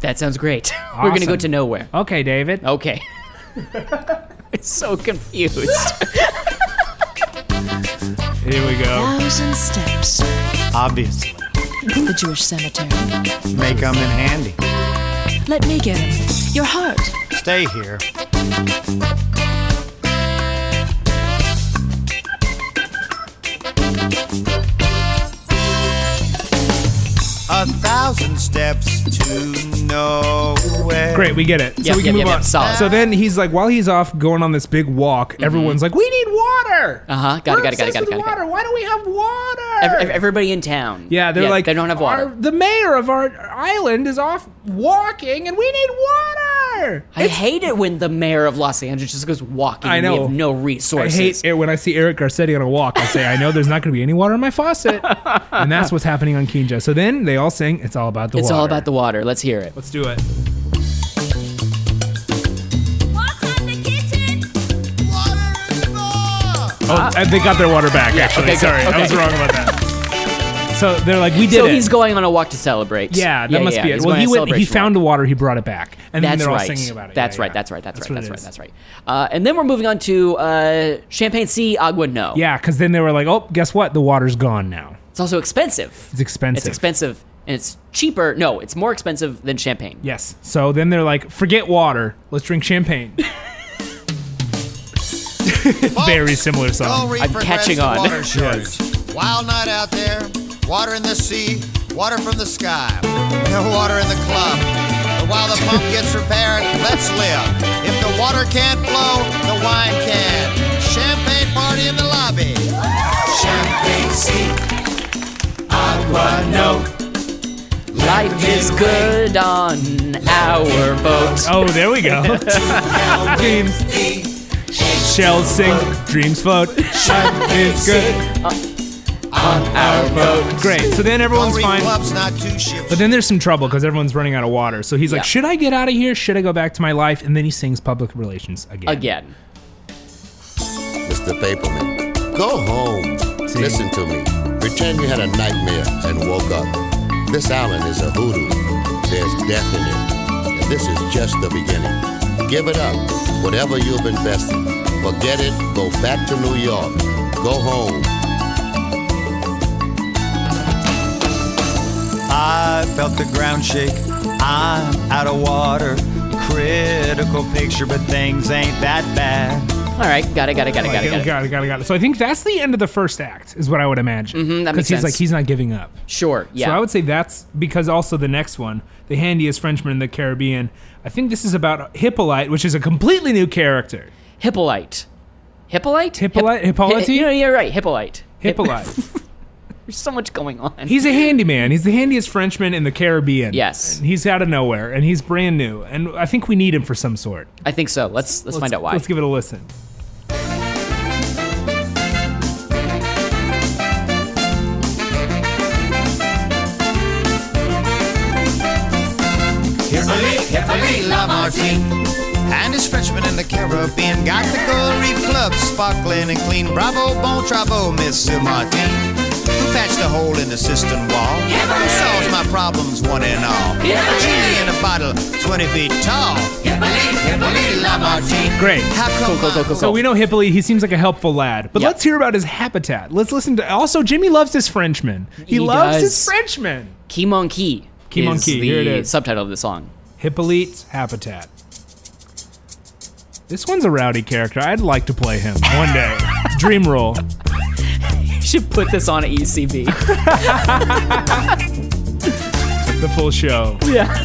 [SPEAKER 1] That sounds great. We're gonna go
[SPEAKER 2] Awesome.
[SPEAKER 1] to nowhere.
[SPEAKER 2] Okay, David.
[SPEAKER 1] Okay. I'm so confused.
[SPEAKER 2] Here we go.
[SPEAKER 9] Thousand steps.
[SPEAKER 4] Obviously.
[SPEAKER 9] The Jewish cemetery.
[SPEAKER 4] May come in handy.
[SPEAKER 9] Let me get him. Your heart.
[SPEAKER 4] Stay here. A thousand steps to nowhere.
[SPEAKER 2] Great, we get it.
[SPEAKER 1] Yep,
[SPEAKER 2] so we
[SPEAKER 1] yep,
[SPEAKER 2] can
[SPEAKER 1] yep,
[SPEAKER 2] move
[SPEAKER 1] yep.
[SPEAKER 2] on.
[SPEAKER 1] Solid.
[SPEAKER 2] So then he's like, while he's off going on this big walk, everyone's like, we need water.
[SPEAKER 1] Uh huh. Got it.
[SPEAKER 2] We're
[SPEAKER 1] Got it. Got it.
[SPEAKER 2] obsessed
[SPEAKER 1] Got it.
[SPEAKER 2] with
[SPEAKER 1] Got it. Got
[SPEAKER 2] water.
[SPEAKER 1] it.
[SPEAKER 2] Why don't we have water?
[SPEAKER 1] Ev- ev- everybody in town.
[SPEAKER 2] yeah, they're like
[SPEAKER 1] they don't have
[SPEAKER 2] "Our-
[SPEAKER 1] water.
[SPEAKER 2] the mayor of our island is off walking, and we need water.
[SPEAKER 1] I hate it when the mayor of Los Angeles just goes walking.
[SPEAKER 2] I
[SPEAKER 1] and We
[SPEAKER 2] know.
[SPEAKER 1] have no
[SPEAKER 2] I
[SPEAKER 1] resources.
[SPEAKER 2] hate it when I see Eric Garcetti on a walk. I say, I know there's not going to be any water in my faucet, and that's what's happening on Kinja. So then they all sing, "It's all about the
[SPEAKER 1] It's
[SPEAKER 2] water."
[SPEAKER 1] all about the water. Let's hear it.
[SPEAKER 2] Let's do it. Oh, and they got their water back.
[SPEAKER 1] Ah.
[SPEAKER 2] actually,
[SPEAKER 1] okay, good.
[SPEAKER 2] sorry,
[SPEAKER 1] Okay.
[SPEAKER 2] I was wrong about that. So they're like, we did
[SPEAKER 1] So
[SPEAKER 2] it.
[SPEAKER 1] he's going on a walk to celebrate.
[SPEAKER 2] Yeah, that must be it.
[SPEAKER 1] He's
[SPEAKER 2] Well,
[SPEAKER 1] going
[SPEAKER 2] he
[SPEAKER 1] on a
[SPEAKER 2] went. He
[SPEAKER 1] celebration
[SPEAKER 2] found
[SPEAKER 1] walk.
[SPEAKER 2] the water. He brought it back, and then
[SPEAKER 1] That's
[SPEAKER 2] they're all
[SPEAKER 1] right.
[SPEAKER 2] singing about it.
[SPEAKER 1] That's
[SPEAKER 2] Yeah,
[SPEAKER 1] right.
[SPEAKER 2] yeah.
[SPEAKER 1] That's right. That's right.
[SPEAKER 2] what it
[SPEAKER 1] That's right.
[SPEAKER 2] is.
[SPEAKER 1] That's right. Uh, and then we're moving on to uh, Champagne Sea Agua No.
[SPEAKER 2] Yeah, because then they were like, oh, guess what? The water's gone now.
[SPEAKER 1] It's also expensive.
[SPEAKER 2] It's expensive.
[SPEAKER 1] It's expensive and it's cheaper. No, it's more expensive than champagne.
[SPEAKER 2] Yes. So then they're like, forget water. Let's drink champagne. Very similar
[SPEAKER 4] Don't
[SPEAKER 2] song.
[SPEAKER 4] regrets the
[SPEAKER 1] catching on.
[SPEAKER 4] Water shortage. Wild night out there. Water in the sea. Water from the sky. No water in the club. But while the pump gets repaired, let's live. If the water can't flow, the wine can. Champagne party in the lobby.
[SPEAKER 3] Champagne sea, agua no.
[SPEAKER 1] Life is good on our boat.
[SPEAKER 2] Oh, there we go. Dreams. Shells sing, dreams float. it's good.
[SPEAKER 1] Our boat.
[SPEAKER 2] Great. So then everyone's
[SPEAKER 4] Don't
[SPEAKER 2] fine.
[SPEAKER 4] club's not two ships.
[SPEAKER 2] But then there's some trouble because everyone's running out of water. So he's
[SPEAKER 1] Yeah.
[SPEAKER 2] like, should I get out of here? Should I go back to my life? And then he sings public relations again.
[SPEAKER 1] Again.
[SPEAKER 11] Mr. Paperman, go home. Listen to me. Pretend you had a nightmare and woke up. This island is a hoodoo. There's death in it. And this is just the beginning. Give it up, whatever you've invested. Forget it, go back to New York. Go home.
[SPEAKER 6] I felt the ground shake. I'm out of water. Critical picture, but things ain't that bad.
[SPEAKER 1] All right. Got it. Got it. Got it. Got it. Got it.
[SPEAKER 2] Got it, got it, got it. So I think that's the end of the first act, is what I would imagine. Mm-hmm,
[SPEAKER 1] that makes
[SPEAKER 2] he's like,
[SPEAKER 1] sense.
[SPEAKER 2] he's not giving up.
[SPEAKER 1] Sure. Yeah.
[SPEAKER 2] So I would say that's because also the next one, the handiest Frenchman in the Caribbean. I think this is about Hippolyte, which is a completely new character.
[SPEAKER 1] Hippolyte. Hippolyte.
[SPEAKER 2] Hippolyte- Hippolyte?
[SPEAKER 1] Hi- you know, yeah, right. Hippolyte. Hip-
[SPEAKER 2] Hippolyte.
[SPEAKER 1] There's so much going on.
[SPEAKER 2] he's a handyman. He's the handiest Frenchman in the Caribbean.
[SPEAKER 1] Yes.
[SPEAKER 2] And he's out of nowhere, and he's brand new, and I think we need him for some sort.
[SPEAKER 1] I think so. Let's let's, find out why.
[SPEAKER 2] Let's give it a listen.
[SPEAKER 4] Hippolyte Lamartine and his Frenchman in the Caribbean got the Gold Reef Club sparkling and clean. Bravo, bon travaux, Monsieur Martin. Who patched a hole in the cistern wall. Who solves my problems one and all?
[SPEAKER 8] Hippolyte!
[SPEAKER 4] Genie in a bottle, 20 feet tall. Hippolyte, Hippolyte Lamartine.
[SPEAKER 2] Great.
[SPEAKER 4] How come
[SPEAKER 2] So we know Hippolyte. He seems like a helpful lad. But let's hear about his habitat. Let's listen to. Also, Jimmy loves his Frenchman. He, loves his Frenchman.
[SPEAKER 1] Key Monkey.
[SPEAKER 2] Key Mon Key,
[SPEAKER 1] The
[SPEAKER 2] here it is.
[SPEAKER 1] Subtitle of the song.
[SPEAKER 2] Hippolyte's habitat. This one's a rowdy character. I'd like to play him one day. Dream roll.
[SPEAKER 1] You should put this on E at UCB.
[SPEAKER 2] The full show.
[SPEAKER 1] yeah.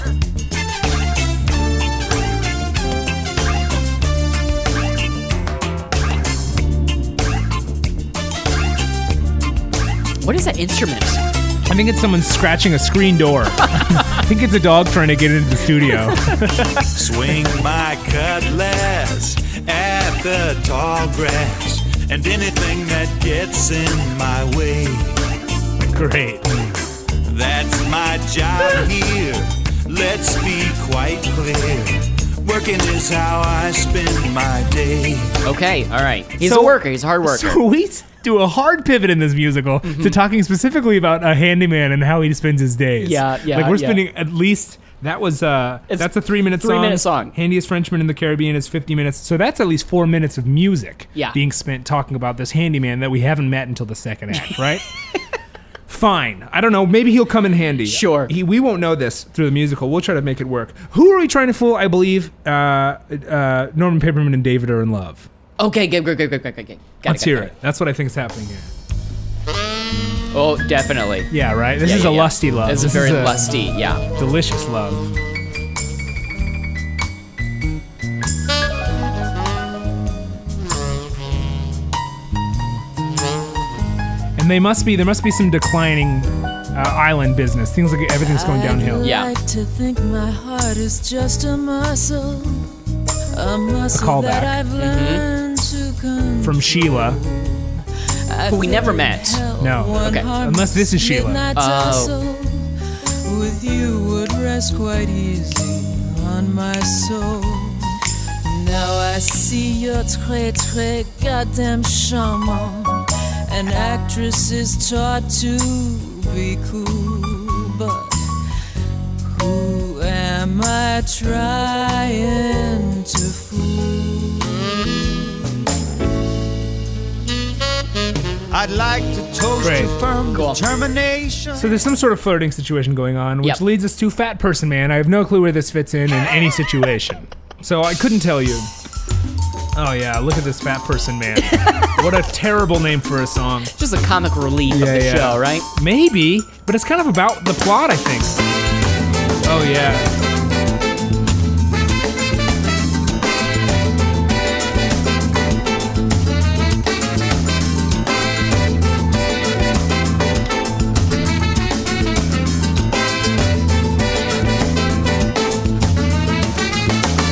[SPEAKER 1] What is that instrument?
[SPEAKER 2] I think it's someone scratching a screen door. I think it's a dog trying to get into the studio.
[SPEAKER 12] Swing my cutlass at the tall grass and anything that gets in my way.
[SPEAKER 2] Great.
[SPEAKER 12] That's my job here. Let's be quite clear. Working is how I spend my day.
[SPEAKER 1] Okay, all right. He's
[SPEAKER 2] So-
[SPEAKER 1] a worker. He's a hard worker. Mm-hmm.
[SPEAKER 2] So we s- do a hard pivot in this musical to talking specifically about a handyman and how he spends his days.
[SPEAKER 1] Yeah, yeah,
[SPEAKER 2] Like we're
[SPEAKER 1] yeah.
[SPEAKER 2] spending at least that was uh that's a three minute song.
[SPEAKER 1] three-minute song.
[SPEAKER 2] Handiest Frenchman in the Caribbean is fifty minutes. So that's at least four minutes of music
[SPEAKER 1] Yeah.
[SPEAKER 2] being spent talking about this handyman that we haven't met until the second act, right? Fine. I don't know. Maybe he'll come in handy. Sure. He, we won't know this through the musical. We'll try to make it work. Who are we trying to fool? I believe uh, uh, Norman Paperman and David are in love.
[SPEAKER 1] Okay, good, good, good, good, good, good, good. Got
[SPEAKER 2] Let's
[SPEAKER 1] got
[SPEAKER 2] hear it. That's what I think is happening here.
[SPEAKER 1] Oh, definitely.
[SPEAKER 2] Yeah, right? This
[SPEAKER 1] Yeah,
[SPEAKER 2] is
[SPEAKER 1] yeah,
[SPEAKER 2] a
[SPEAKER 1] yeah.
[SPEAKER 2] lusty love.
[SPEAKER 1] This is very lusty, yeah.
[SPEAKER 2] Delicious love. And they must be, there must be some declining uh, island business. Things like everything's going downhill.
[SPEAKER 13] I'd like to think my heart is just a muscle, a muscle that
[SPEAKER 2] callback.
[SPEAKER 13] I've
[SPEAKER 2] Mhm.
[SPEAKER 13] learned to control.
[SPEAKER 2] From Sheila.
[SPEAKER 13] I
[SPEAKER 1] Who we never
[SPEAKER 13] couldn't
[SPEAKER 1] met.
[SPEAKER 13] help
[SPEAKER 2] No.
[SPEAKER 13] one
[SPEAKER 2] Okay.
[SPEAKER 13] heart
[SPEAKER 2] Unless this is Sheila.
[SPEAKER 13] midnight
[SPEAKER 2] Oh.
[SPEAKER 13] tussle. With you would rest quite easy on my soul. Now I see you're très très goddamn charmant. An actress is taught to be cool, but who am I trying to fool?
[SPEAKER 14] I'd like to toast
[SPEAKER 2] Great.
[SPEAKER 14] you firm determination.
[SPEAKER 2] So there's some sort of flirting situation going on, which
[SPEAKER 14] Yep.
[SPEAKER 2] leads us to Fat Person Man. I have no clue where this fits in in any situation. So I couldn't tell you. Oh yeah, look at this Fat Person Man. what a terrible name for a song.
[SPEAKER 1] Just a comic relief of the show, right?
[SPEAKER 2] Maybe, but it's kind of about the plot, I think. Oh yeah.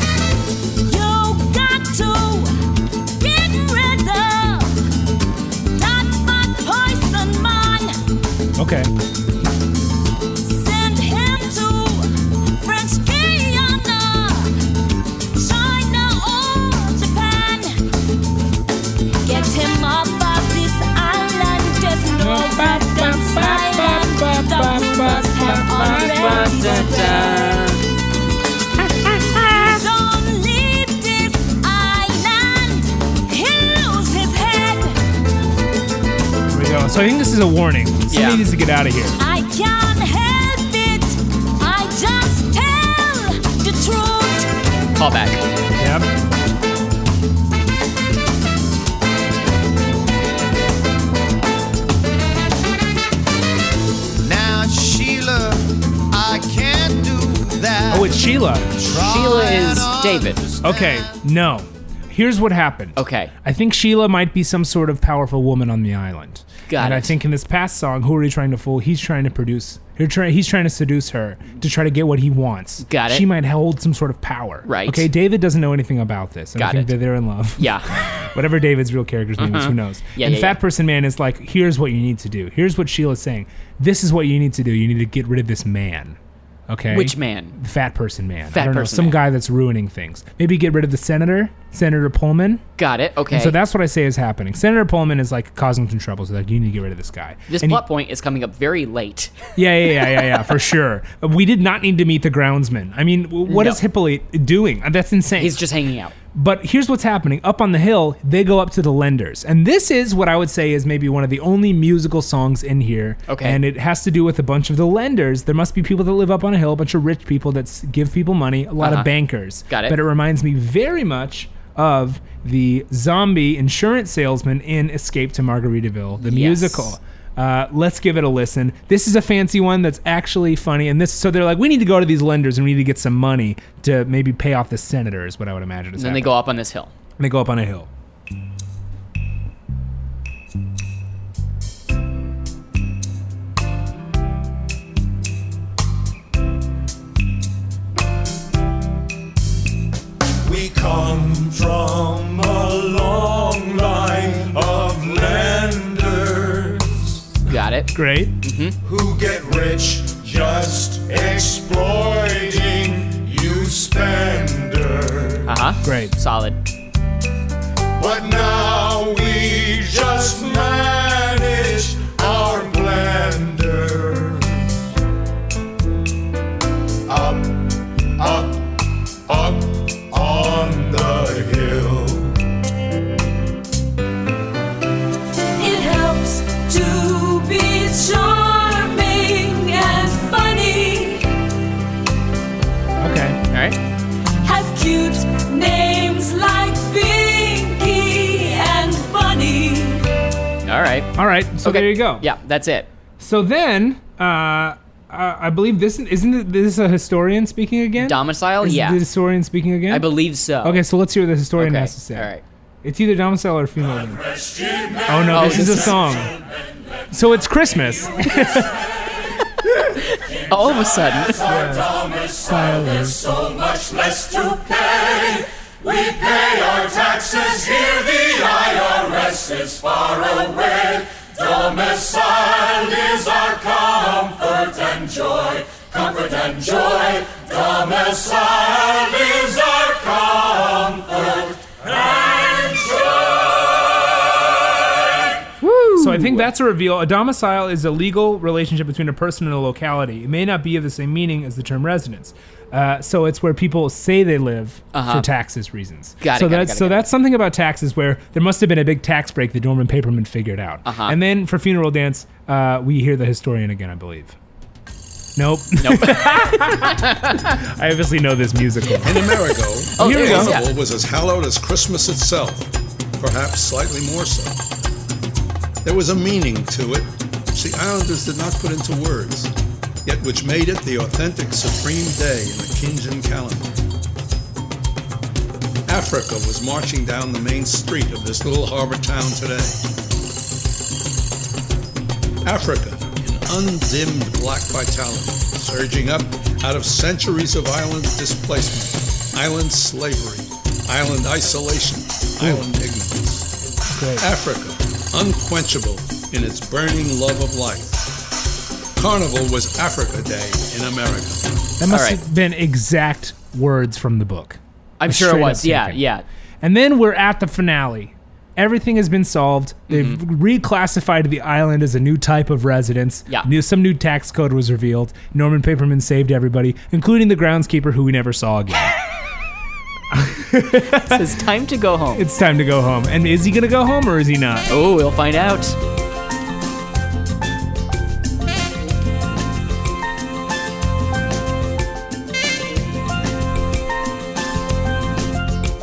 [SPEAKER 8] You got to get rid of that bad poison man.
[SPEAKER 2] Okay.
[SPEAKER 8] Send him to French Guiana, China or Japan. Get him off of this island. There's no Rikers Island. The rumors have already spread. Don't leave this island. He'll lose his head.
[SPEAKER 2] Here we go. So I think this is a warning. Somebody needs to get out of here.
[SPEAKER 8] I can't help it. I just tell the truth.
[SPEAKER 1] Callback.
[SPEAKER 2] Yep.
[SPEAKER 4] Now, Sheila, I can't do that.
[SPEAKER 2] Oh, it's Sheila.
[SPEAKER 1] Sheila is David.
[SPEAKER 2] Okay, no. Here's what happened.
[SPEAKER 1] Um, Okay.
[SPEAKER 2] I think Sheila might be some sort of powerful woman on the island.
[SPEAKER 1] Got
[SPEAKER 2] and I
[SPEAKER 1] it.
[SPEAKER 2] think in this past song, who are you trying to fool? He's trying to produce. He's trying, he's trying to seduce her to try to get what he wants.
[SPEAKER 1] Got it.
[SPEAKER 2] She might hold some sort of power.
[SPEAKER 1] Right.
[SPEAKER 2] Okay, David doesn't know anything about this. And I
[SPEAKER 1] Got
[SPEAKER 2] think
[SPEAKER 1] it.
[SPEAKER 2] that they're in love.
[SPEAKER 1] Yeah.
[SPEAKER 2] Whatever David's real character's name is,
[SPEAKER 1] Uh-huh.
[SPEAKER 2] who knows?
[SPEAKER 1] Yeah,
[SPEAKER 2] and
[SPEAKER 1] yeah,
[SPEAKER 2] Fat
[SPEAKER 1] yeah.
[SPEAKER 2] Person Man is like, here's what you need to do. Here's what Sheila's saying. This is what you need to do. You need to get rid of this man. Okay.
[SPEAKER 1] Which man?
[SPEAKER 2] The fat person man. I
[SPEAKER 1] Fat
[SPEAKER 2] don't know.
[SPEAKER 1] person
[SPEAKER 2] Some
[SPEAKER 1] man.
[SPEAKER 2] guy that's ruining things. Maybe get rid of the senator, Senator Pullman.
[SPEAKER 1] Got it. Okay.
[SPEAKER 2] And so that's what I say is happening. Senator Pullman is like causing some trouble. So like, you need to get rid of this guy.
[SPEAKER 1] this
[SPEAKER 2] And he-
[SPEAKER 1] plot point is coming up very late.
[SPEAKER 2] yeah, yeah, yeah, yeah, yeah, for sure. We did not need to meet the groundsman. I mean, w- what
[SPEAKER 1] No.
[SPEAKER 2] is Hippolyte doing? Uh, That's insane.
[SPEAKER 1] He's just hanging out.
[SPEAKER 2] But here's what's happening. Up on the hill, they go up to the lenders. And this is what I would say is maybe one of the only musical songs in here.
[SPEAKER 1] Okay.
[SPEAKER 2] And it has to do with a bunch of the lenders. There must be people that live up on a hill, a bunch of rich people that s- give people money, a lot
[SPEAKER 1] Uh-huh.
[SPEAKER 2] of bankers.
[SPEAKER 1] Got it.
[SPEAKER 2] But it reminds me very much of the zombie insurance salesman in Escape to Margaritaville, the
[SPEAKER 1] Yes.
[SPEAKER 2] musical. Uh, let's give it a listen. This is a fancy one that's actually funny, and this so they're like, we need to go to these lenders and we need to get some money to maybe pay off the senator is what I would imagine. Is
[SPEAKER 1] And then they
[SPEAKER 2] happening.
[SPEAKER 1] go up on this hill.
[SPEAKER 2] And they go up on a hill.
[SPEAKER 13] We come from a long line of lenders
[SPEAKER 1] Got it.
[SPEAKER 2] Great.
[SPEAKER 13] who get rich just exploiting you spenders.
[SPEAKER 1] Uh huh.
[SPEAKER 2] Great.
[SPEAKER 1] Solid.
[SPEAKER 13] But now we just manage our blenders. Up, up, up on the hill.
[SPEAKER 3] It helps to be charming and funny.
[SPEAKER 2] Okay.
[SPEAKER 1] All right.
[SPEAKER 3] Have cute names like Binky and Bunny.
[SPEAKER 1] All right.
[SPEAKER 2] All right. So there you go.
[SPEAKER 1] Yeah, that's it.
[SPEAKER 2] So then, uh, I, I believe this isn't this a historian speaking again?
[SPEAKER 1] Domicile?
[SPEAKER 2] Is
[SPEAKER 1] yeah.
[SPEAKER 2] The historian speaking again?
[SPEAKER 1] I believe so.
[SPEAKER 2] Okay, so let's hear what the historian
[SPEAKER 1] Okay,
[SPEAKER 2] has to say.
[SPEAKER 1] all right.
[SPEAKER 2] It's either domicile or female. Women. Oh no,
[SPEAKER 1] Oh,
[SPEAKER 2] this, is
[SPEAKER 1] this
[SPEAKER 2] a
[SPEAKER 1] is-
[SPEAKER 2] song. So it's Christmas.
[SPEAKER 1] All of a sudden.
[SPEAKER 13] Our domicile is so much less to pay. We pay our taxes here, the IRS is far away. Domicile is our comfort and joy. Comfort and joy. Domicile is our comfort and joy.
[SPEAKER 2] So I think that's a reveal. A domicile is a legal relationship between a person and a locality. It may not be of the same meaning as the term residence. Uh, so it's where people say they live
[SPEAKER 1] Uh-huh.
[SPEAKER 2] for taxes reasons.
[SPEAKER 1] Got it,
[SPEAKER 2] so
[SPEAKER 1] got it,
[SPEAKER 2] that's
[SPEAKER 1] got it, got
[SPEAKER 2] so
[SPEAKER 1] it.
[SPEAKER 2] that's something about taxes where there must have been a big tax break that Norman Paperman figured out.
[SPEAKER 1] Uh-huh.
[SPEAKER 2] And then for funeral dance, uh, we hear the historian again, I believe. Nope. Nope. I obviously know this musical.
[SPEAKER 5] In Amerigo,
[SPEAKER 2] Oh,
[SPEAKER 5] the
[SPEAKER 2] there it is,
[SPEAKER 5] carnival
[SPEAKER 2] yeah.
[SPEAKER 5] was as hallowed as Christmas itself, perhaps slightly more so. There was a meaning to it, which the islanders did not put into words, yet which made it the authentic supreme day in the Kinjan calendar. Africa was marching down the main street of this little harbor town today. Africa, an undimmed black vitality, surging up out of centuries of island displacement, island slavery, island isolation, island ignorance. Africa, unquenchable in its burning love of life. Carnival was Africa Day in America.
[SPEAKER 2] That must have been exact words from the book.
[SPEAKER 1] I'm
[SPEAKER 2] Just
[SPEAKER 1] sure it
[SPEAKER 2] straight up
[SPEAKER 1] was. Yeah,
[SPEAKER 2] taken.
[SPEAKER 1] yeah.
[SPEAKER 2] And then we're at the finale. Everything has been solved. They've reclassified the island as a new type of residence.
[SPEAKER 1] Mm-hmm. Yeah.
[SPEAKER 2] New, some new tax code was revealed. Norman Paperman saved everybody, including the groundskeeper who we never saw again.
[SPEAKER 1] it's time to go home.
[SPEAKER 2] it's time to go home. And is he going to go home or is he not?
[SPEAKER 1] Oh, we'll find out.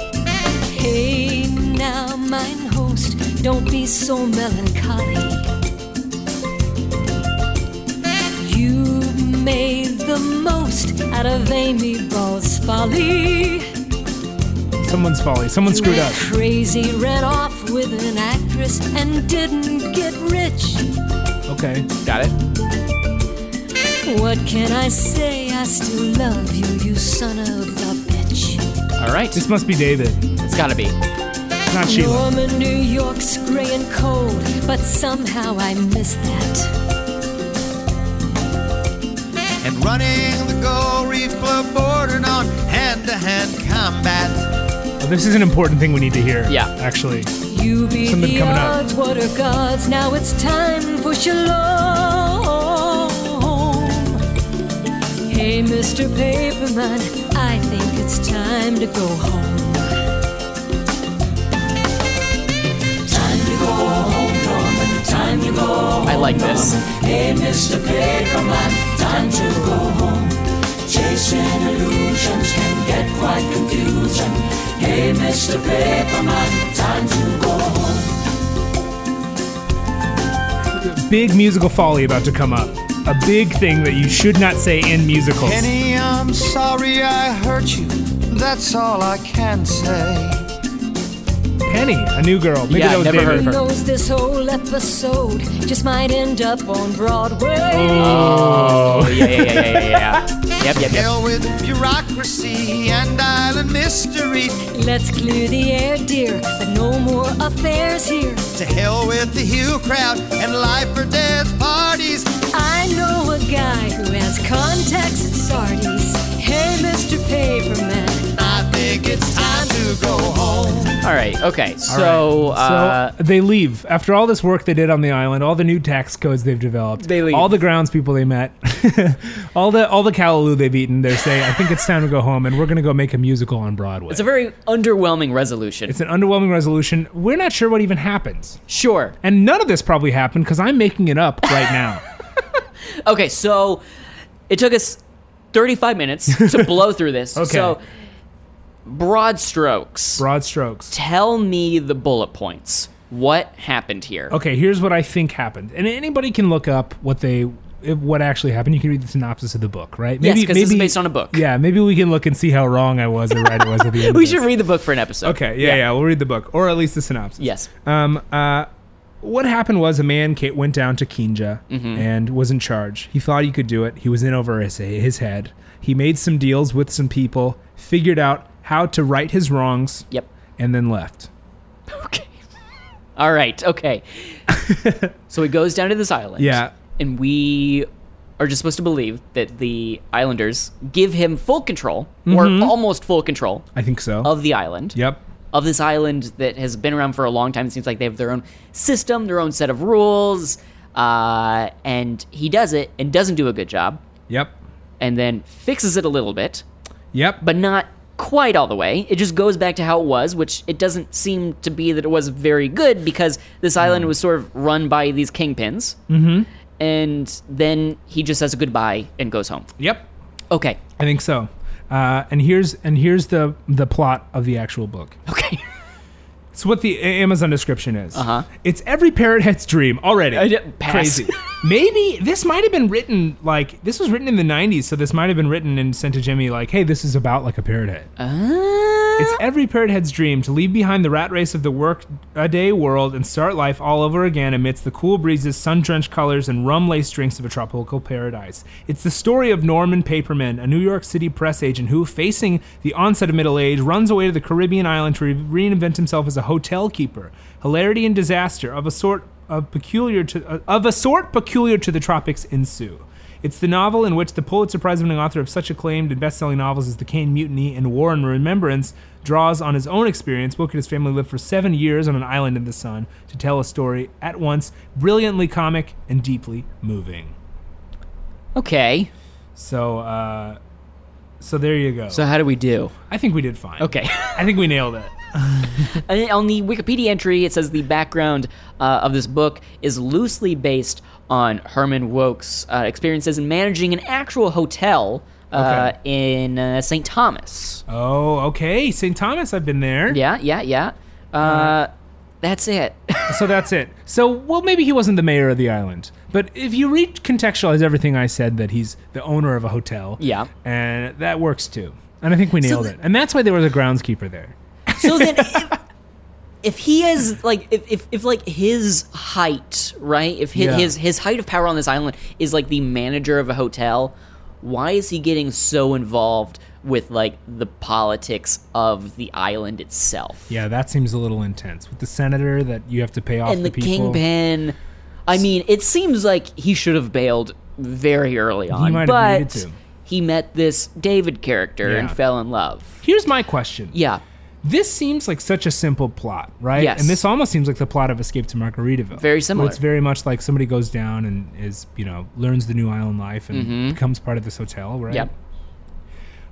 [SPEAKER 3] Hey now, mine host, don't be so melancholy. You've made the most out of Amy Ball's folly.
[SPEAKER 2] Oh, Someone's folly. Someone screwed
[SPEAKER 3] You
[SPEAKER 2] up.
[SPEAKER 3] went Crazy ran off with an actress and didn't get rich.
[SPEAKER 2] Okay.
[SPEAKER 1] Got it.
[SPEAKER 3] What can I say? I still love you, you son of a bitch.
[SPEAKER 1] All right.
[SPEAKER 2] This must be David.
[SPEAKER 1] It's got to be.
[SPEAKER 2] Not Sheila.
[SPEAKER 3] Norman, New York's gray and cold, but somehow I miss that.
[SPEAKER 4] and running the gold
[SPEAKER 2] Oh, This is an important thing we need to hear.
[SPEAKER 1] Yeah.
[SPEAKER 2] Actually,
[SPEAKER 9] You beat
[SPEAKER 2] Something
[SPEAKER 9] the
[SPEAKER 2] coming up.
[SPEAKER 9] odds, water gods. Now it's time for shalom. Hey, Mr. Paperman, I think it's time to go home.
[SPEAKER 3] Time to go home, Norman. Time to go home.
[SPEAKER 1] I like this.
[SPEAKER 3] Norman. Hey, Mr. Paperman, time to go home. Chasing illusions can get quite confusing. Hey, Mr. Paperman, time to go home.
[SPEAKER 2] big musical folly about to come up. A big thing that you should not say in musicals.
[SPEAKER 6] Penny, I'm sorry I hurt you. That's all I can say.
[SPEAKER 2] Penny, a new girl. Maybe that was David.
[SPEAKER 9] Who knows this whole episode just might end up on Broadway.
[SPEAKER 1] Oh, yeah, yeah, yeah, yeah, yeah, yeah. Yep, yep,
[SPEAKER 6] Deal
[SPEAKER 1] yep.
[SPEAKER 6] with bureaucracy and island mystery.
[SPEAKER 9] Let's clear the air, dear, but no more affairs here.
[SPEAKER 6] To hell with the hue crowd and life or death parties.
[SPEAKER 9] I know a guy who has contacts at Sardi's. Hey, Mr. Paperman,
[SPEAKER 6] I think it's time to go home.
[SPEAKER 1] All right. Okay. So, uh,
[SPEAKER 2] so they leave after all this work they did on the island, all the new tax codes they've developed, they leave. all the grounds people they met, all the all the callaloo they've eaten. They say, "I think it's time to go home, and we're going to go make a musical on Broadway."
[SPEAKER 1] it's a very underwhelming resolution.
[SPEAKER 2] It's an underwhelming resolution. We're not sure what even happens.
[SPEAKER 1] Sure.
[SPEAKER 2] And none of this probably happened because I'm making it up right now.
[SPEAKER 1] Okay, so it took us 35 minutes to blow through this.
[SPEAKER 2] Okay.
[SPEAKER 1] So, broad strokes.
[SPEAKER 2] Broad strokes.
[SPEAKER 1] Tell me the bullet points. What happened here?
[SPEAKER 2] Okay, here's what I think happened, and anybody can look up what they if- what actually happened. You can read the synopsis of the book, right?
[SPEAKER 1] Yes, 'cause this is based on a book.
[SPEAKER 2] Yeah, maybe we can look and see how wrong I was or right I was at the end. of
[SPEAKER 1] we
[SPEAKER 2] this.
[SPEAKER 1] should read the book for an episode.
[SPEAKER 2] Okay, yeah, yeah, we'll read the book or at least the synopsis.
[SPEAKER 1] Yes.
[SPEAKER 2] Um. Uh. What happened was a man Kate went down to Kinja
[SPEAKER 1] Mm-hmm.
[SPEAKER 2] and was in charge. He thought he could do it. He was in over his, his head. He made some deals with some people, figured out how to right his wrongs.
[SPEAKER 1] Yep.
[SPEAKER 2] And then left.
[SPEAKER 1] All right. Okay. so he goes down to this island.
[SPEAKER 2] Yeah.
[SPEAKER 1] And we are just supposed to believe that the islanders give him full control
[SPEAKER 2] Mhm.
[SPEAKER 1] or almost full control
[SPEAKER 2] I think so.
[SPEAKER 1] of the island.
[SPEAKER 2] Yep.
[SPEAKER 1] Of this island that has been around for a long time. It seems like they have their own system, their own set of rules. Uh, and he does it and doesn't do a good job
[SPEAKER 2] Yep.
[SPEAKER 1] and then fixes it a little bit.
[SPEAKER 2] Yep.
[SPEAKER 1] But not quite all the way. It just goes back to how it was, which it doesn't seem to be that it was very good because this island was sort of run by these kingpins.
[SPEAKER 2] Mm-hmm.
[SPEAKER 1] And then he just says a goodbye and goes home.
[SPEAKER 2] Yep.
[SPEAKER 1] Okay.
[SPEAKER 2] I think so. Uh, and here's and here's the the plot of the actual book.
[SPEAKER 1] Okay.
[SPEAKER 2] It's what the A- Amazon description is.
[SPEAKER 1] Uh-huh.
[SPEAKER 2] It's every parrot head's dream already.
[SPEAKER 1] I did- pass.
[SPEAKER 2] Crazy. Maybe this might have been written like this was written in the '90s, so this might have been written and sent to Jimmy like, "Hey, this is about like a parrot head." It's every parrot head's dream to leave behind the rat race of the work a day world and start life all over again amidst the cool breezes, sun drenched colors, and rum laced drinks of a tropical paradise. It's the story of Norman Paperman, a New York City press agent who, facing the onset of middle age, runs away to the Caribbean island to re- reinvent himself as a hotel keeper. Hilarity and disaster of a sort of peculiar to of a sort peculiar to the tropics ensue. It's the novel in which the Pulitzer Prize winning author of such acclaimed and best selling novels as The Kane Mutiny and War and Remembrance draws on his own experience. Wilk and his family lived for seven years on an island in the sun to tell a story at once brilliantly comic and deeply moving.
[SPEAKER 1] Okay.
[SPEAKER 2] So, uh, so there you go.
[SPEAKER 1] So how do we do?
[SPEAKER 2] I think we did fine.
[SPEAKER 1] Okay.
[SPEAKER 2] I think we nailed it.
[SPEAKER 1] And on the Wikipedia entry, it says the background uh, of this book is loosely based on Herman Woke's uh, experiences in managing an actual hotel uh, in uh, St. Thomas.
[SPEAKER 2] Oh, okay. St. Thomas, I've been there.
[SPEAKER 1] Yeah, yeah, yeah. Uh, that's it.
[SPEAKER 2] so that's it. So, well, maybe he wasn't the mayor of the island, but if you recontextualize everything I said, that he's the owner of a hotel.
[SPEAKER 1] Yeah.
[SPEAKER 2] and that works too. And I think we nailed it. And that's why there was a groundskeeper there.
[SPEAKER 1] So then, if, if he is like, if, if, if like his height, right? If his,
[SPEAKER 2] Yeah.
[SPEAKER 1] his his height of power on this island is like the manager of a hotel, why is he getting so involved with like the politics of the island itself
[SPEAKER 2] Yeah, that seems a little intense with the senator that you have to pay off
[SPEAKER 1] and the,
[SPEAKER 2] people.
[SPEAKER 1] kingpin? I mean, it seems like he should have bailed very early on,
[SPEAKER 2] might have
[SPEAKER 1] but
[SPEAKER 2] needed to.
[SPEAKER 1] he met this David character and
[SPEAKER 2] Yeah.
[SPEAKER 1] fell in love.
[SPEAKER 2] Here's my question:
[SPEAKER 1] Yeah.
[SPEAKER 2] This seems like such a simple plot, right?
[SPEAKER 1] Yes.
[SPEAKER 2] And this almost seems like the plot of Escape to Margaritaville.
[SPEAKER 1] Very
[SPEAKER 2] where
[SPEAKER 1] similar.
[SPEAKER 2] It's very much like somebody goes down and is, you know, learns the new island life and
[SPEAKER 1] Mhm.
[SPEAKER 2] becomes part of this hotel, right?
[SPEAKER 1] Yep.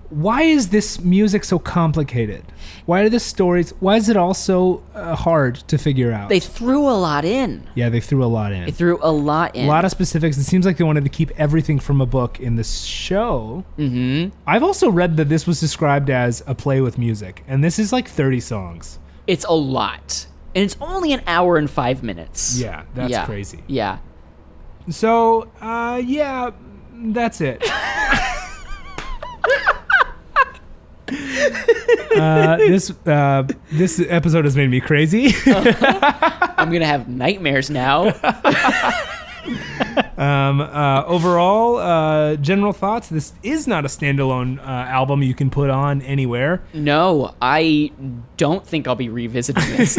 [SPEAKER 2] Why is this music so complicated? Why are the stories? Why is it all so uh, hard to figure out?
[SPEAKER 1] They threw a lot in.
[SPEAKER 2] yeah, they threw a lot in.
[SPEAKER 1] They threw a lot
[SPEAKER 2] a
[SPEAKER 1] in.
[SPEAKER 2] lot of specifics. It seems like they wanted to keep everything from a book in this show.
[SPEAKER 1] Mm-hmm.
[SPEAKER 2] I've also read that this was described as a play with music, and this is like 30 songs.
[SPEAKER 1] It's a lot, and it's only an hour and five minutes.
[SPEAKER 2] Yeah, that's
[SPEAKER 1] Yeah.
[SPEAKER 2] crazy.
[SPEAKER 1] Yeah.
[SPEAKER 2] So, uh, yeah, that's it. uh, this uh, this episode has made me crazy.
[SPEAKER 1] I'm gonna have nightmares now.
[SPEAKER 2] um, uh, overall, uh, general thoughts. This is not a standalone uh, album you can put on anywhere.
[SPEAKER 1] No, I don't think I'll be revisiting this.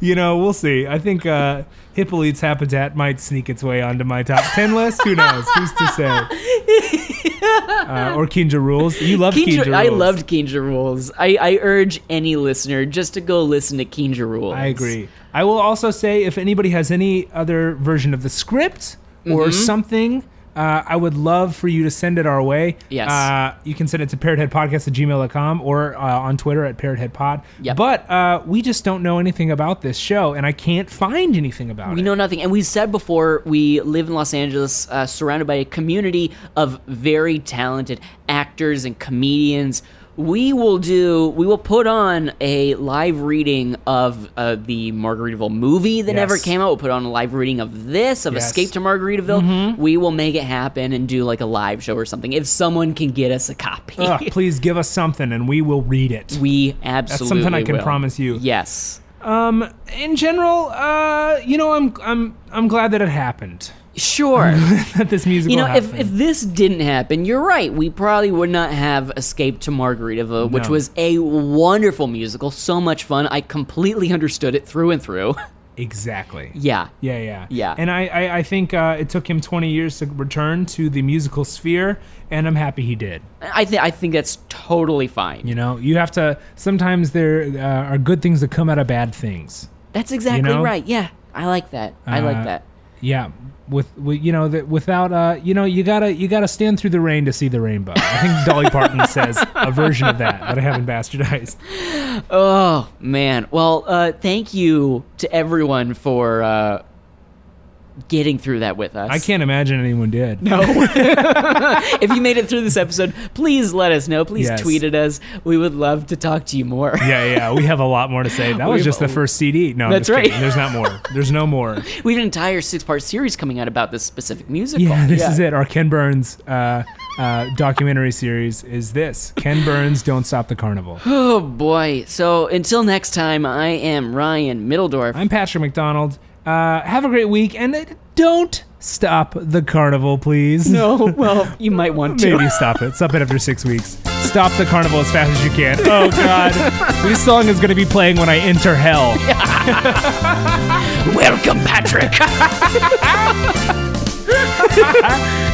[SPEAKER 2] You know, we'll see. I think uh, Hippolyte's Habitat might sneak its way onto my top ten list. Who knows? Who's to say? Uh, or Kinja Rules. You love Kinja, Rules.
[SPEAKER 1] I loved Kinja Rules. I, I urge any listener just to go listen to Kinja Rules.
[SPEAKER 2] I agree. I will also say if anybody has any other version of the script or
[SPEAKER 1] Mhm.
[SPEAKER 2] something, uh, I would love for you to send it our way.
[SPEAKER 1] Yes.
[SPEAKER 2] Uh, you can send it to parrotheadpodcast at gmail.com or uh, on Twitter at parrotheadpod. But uh, we just don't know anything about this show, and I can't find anything about
[SPEAKER 1] We know nothing. And we said before, we live in Los Angeles, uh, surrounded by a community of very talented actors and comedians. We will do, we will put on a live reading of uh, the Margaritaville movie that never
[SPEAKER 15] Yes.
[SPEAKER 1] came out. We'll put on a live reading of this, of
[SPEAKER 15] Yes.
[SPEAKER 1] Escape to Margaritaville.
[SPEAKER 2] Mm-hmm.
[SPEAKER 1] We will make it happen and do like a live show or something if someone can get us a copy.
[SPEAKER 2] it. Ugh, please give us something, and we will read it.
[SPEAKER 1] We
[SPEAKER 2] That's something I
[SPEAKER 1] absolutely
[SPEAKER 2] can
[SPEAKER 1] will.
[SPEAKER 2] promise you.
[SPEAKER 1] Yes.
[SPEAKER 2] Um, in general, uh, you know, I'm I'm I'm glad that it happened.
[SPEAKER 1] Sure.
[SPEAKER 2] that this musical.
[SPEAKER 1] You know, if,
[SPEAKER 2] happened.
[SPEAKER 1] if this didn't happen, you're right. We probably would not have escaped to Margaritaville, which
[SPEAKER 2] No.
[SPEAKER 1] was a wonderful musical. So much fun. I completely understood it through and through.
[SPEAKER 2] Exactly.
[SPEAKER 1] yeah.
[SPEAKER 2] Yeah, yeah,
[SPEAKER 1] Yeah.
[SPEAKER 2] And I, I, I think uh, it took him 20 years to return to the musical sphere, and I'm happy he did.
[SPEAKER 1] I think I think that's totally fine.
[SPEAKER 2] You know, you have to. Sometimes there uh, are good things that come out of bad things.
[SPEAKER 1] That's exactly
[SPEAKER 2] know?
[SPEAKER 1] right. Yeah. I like that. I
[SPEAKER 2] Uh,
[SPEAKER 1] like that.
[SPEAKER 2] Yeah, with, with you know that without uh you know you gotta you gotta stand through the rain to see the rainbow. I think Dolly Parton says a version of that that I haven't bastardized.
[SPEAKER 1] Oh man. Well, uh, thank you to everyone for uh, getting through that with us.
[SPEAKER 2] I can't imagine anyone did. No.
[SPEAKER 1] if you made it through this episode, please let us know. Please
[SPEAKER 2] Yes.
[SPEAKER 1] tweet at us. We would love to talk to you more.
[SPEAKER 2] Yeah, yeah, we have a lot more to say. That
[SPEAKER 1] We've-
[SPEAKER 2] was just the first CD. No, I'm
[SPEAKER 1] That's
[SPEAKER 2] just kidding.
[SPEAKER 1] right.
[SPEAKER 2] There's not more. There's no more.
[SPEAKER 1] We have an entire six part series coming out about this specific musical.
[SPEAKER 2] Yeah, this is it. Our Ken Burns uh, uh, documentary series is this Ken Burns, Don't Stop the Carnival.
[SPEAKER 1] Oh boy. So until next time, I am Ryan Middledorf.
[SPEAKER 2] I'm Patrick McDonald. Uh, have a great week and uh, don't stop the carnival, please.
[SPEAKER 1] No, well, you might want to.
[SPEAKER 2] Maybe stop it. Stop it after six weeks. Stop the carnival as fast as you can. Oh, God. this song is going to be playing when I enter hell.
[SPEAKER 1] Welcome, Patrick.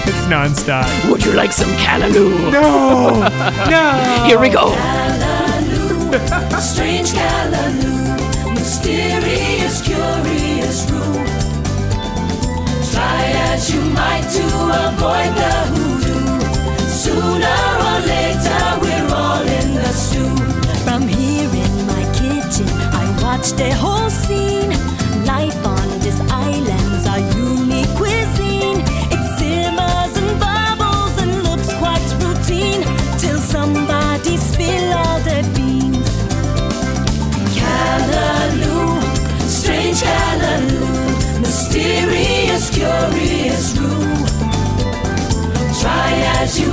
[SPEAKER 2] It's nonstop.
[SPEAKER 1] Would you like some callaloo?
[SPEAKER 2] No.
[SPEAKER 13] No.
[SPEAKER 1] Here we go.
[SPEAKER 13] Callaloo, strange Callaloo, mysterious, curious room. Try as you might to avoid the hoodoo, sooner or later we're all in the stew.
[SPEAKER 8] From here in my kitchen, I watch the whole scene. Life on this island's a unique cuisine. It simmers and bubbles and looks quite routine till somebody spill all the beans.
[SPEAKER 13] Callaloo, strange Callaloo, mysterious, curious room. Try as you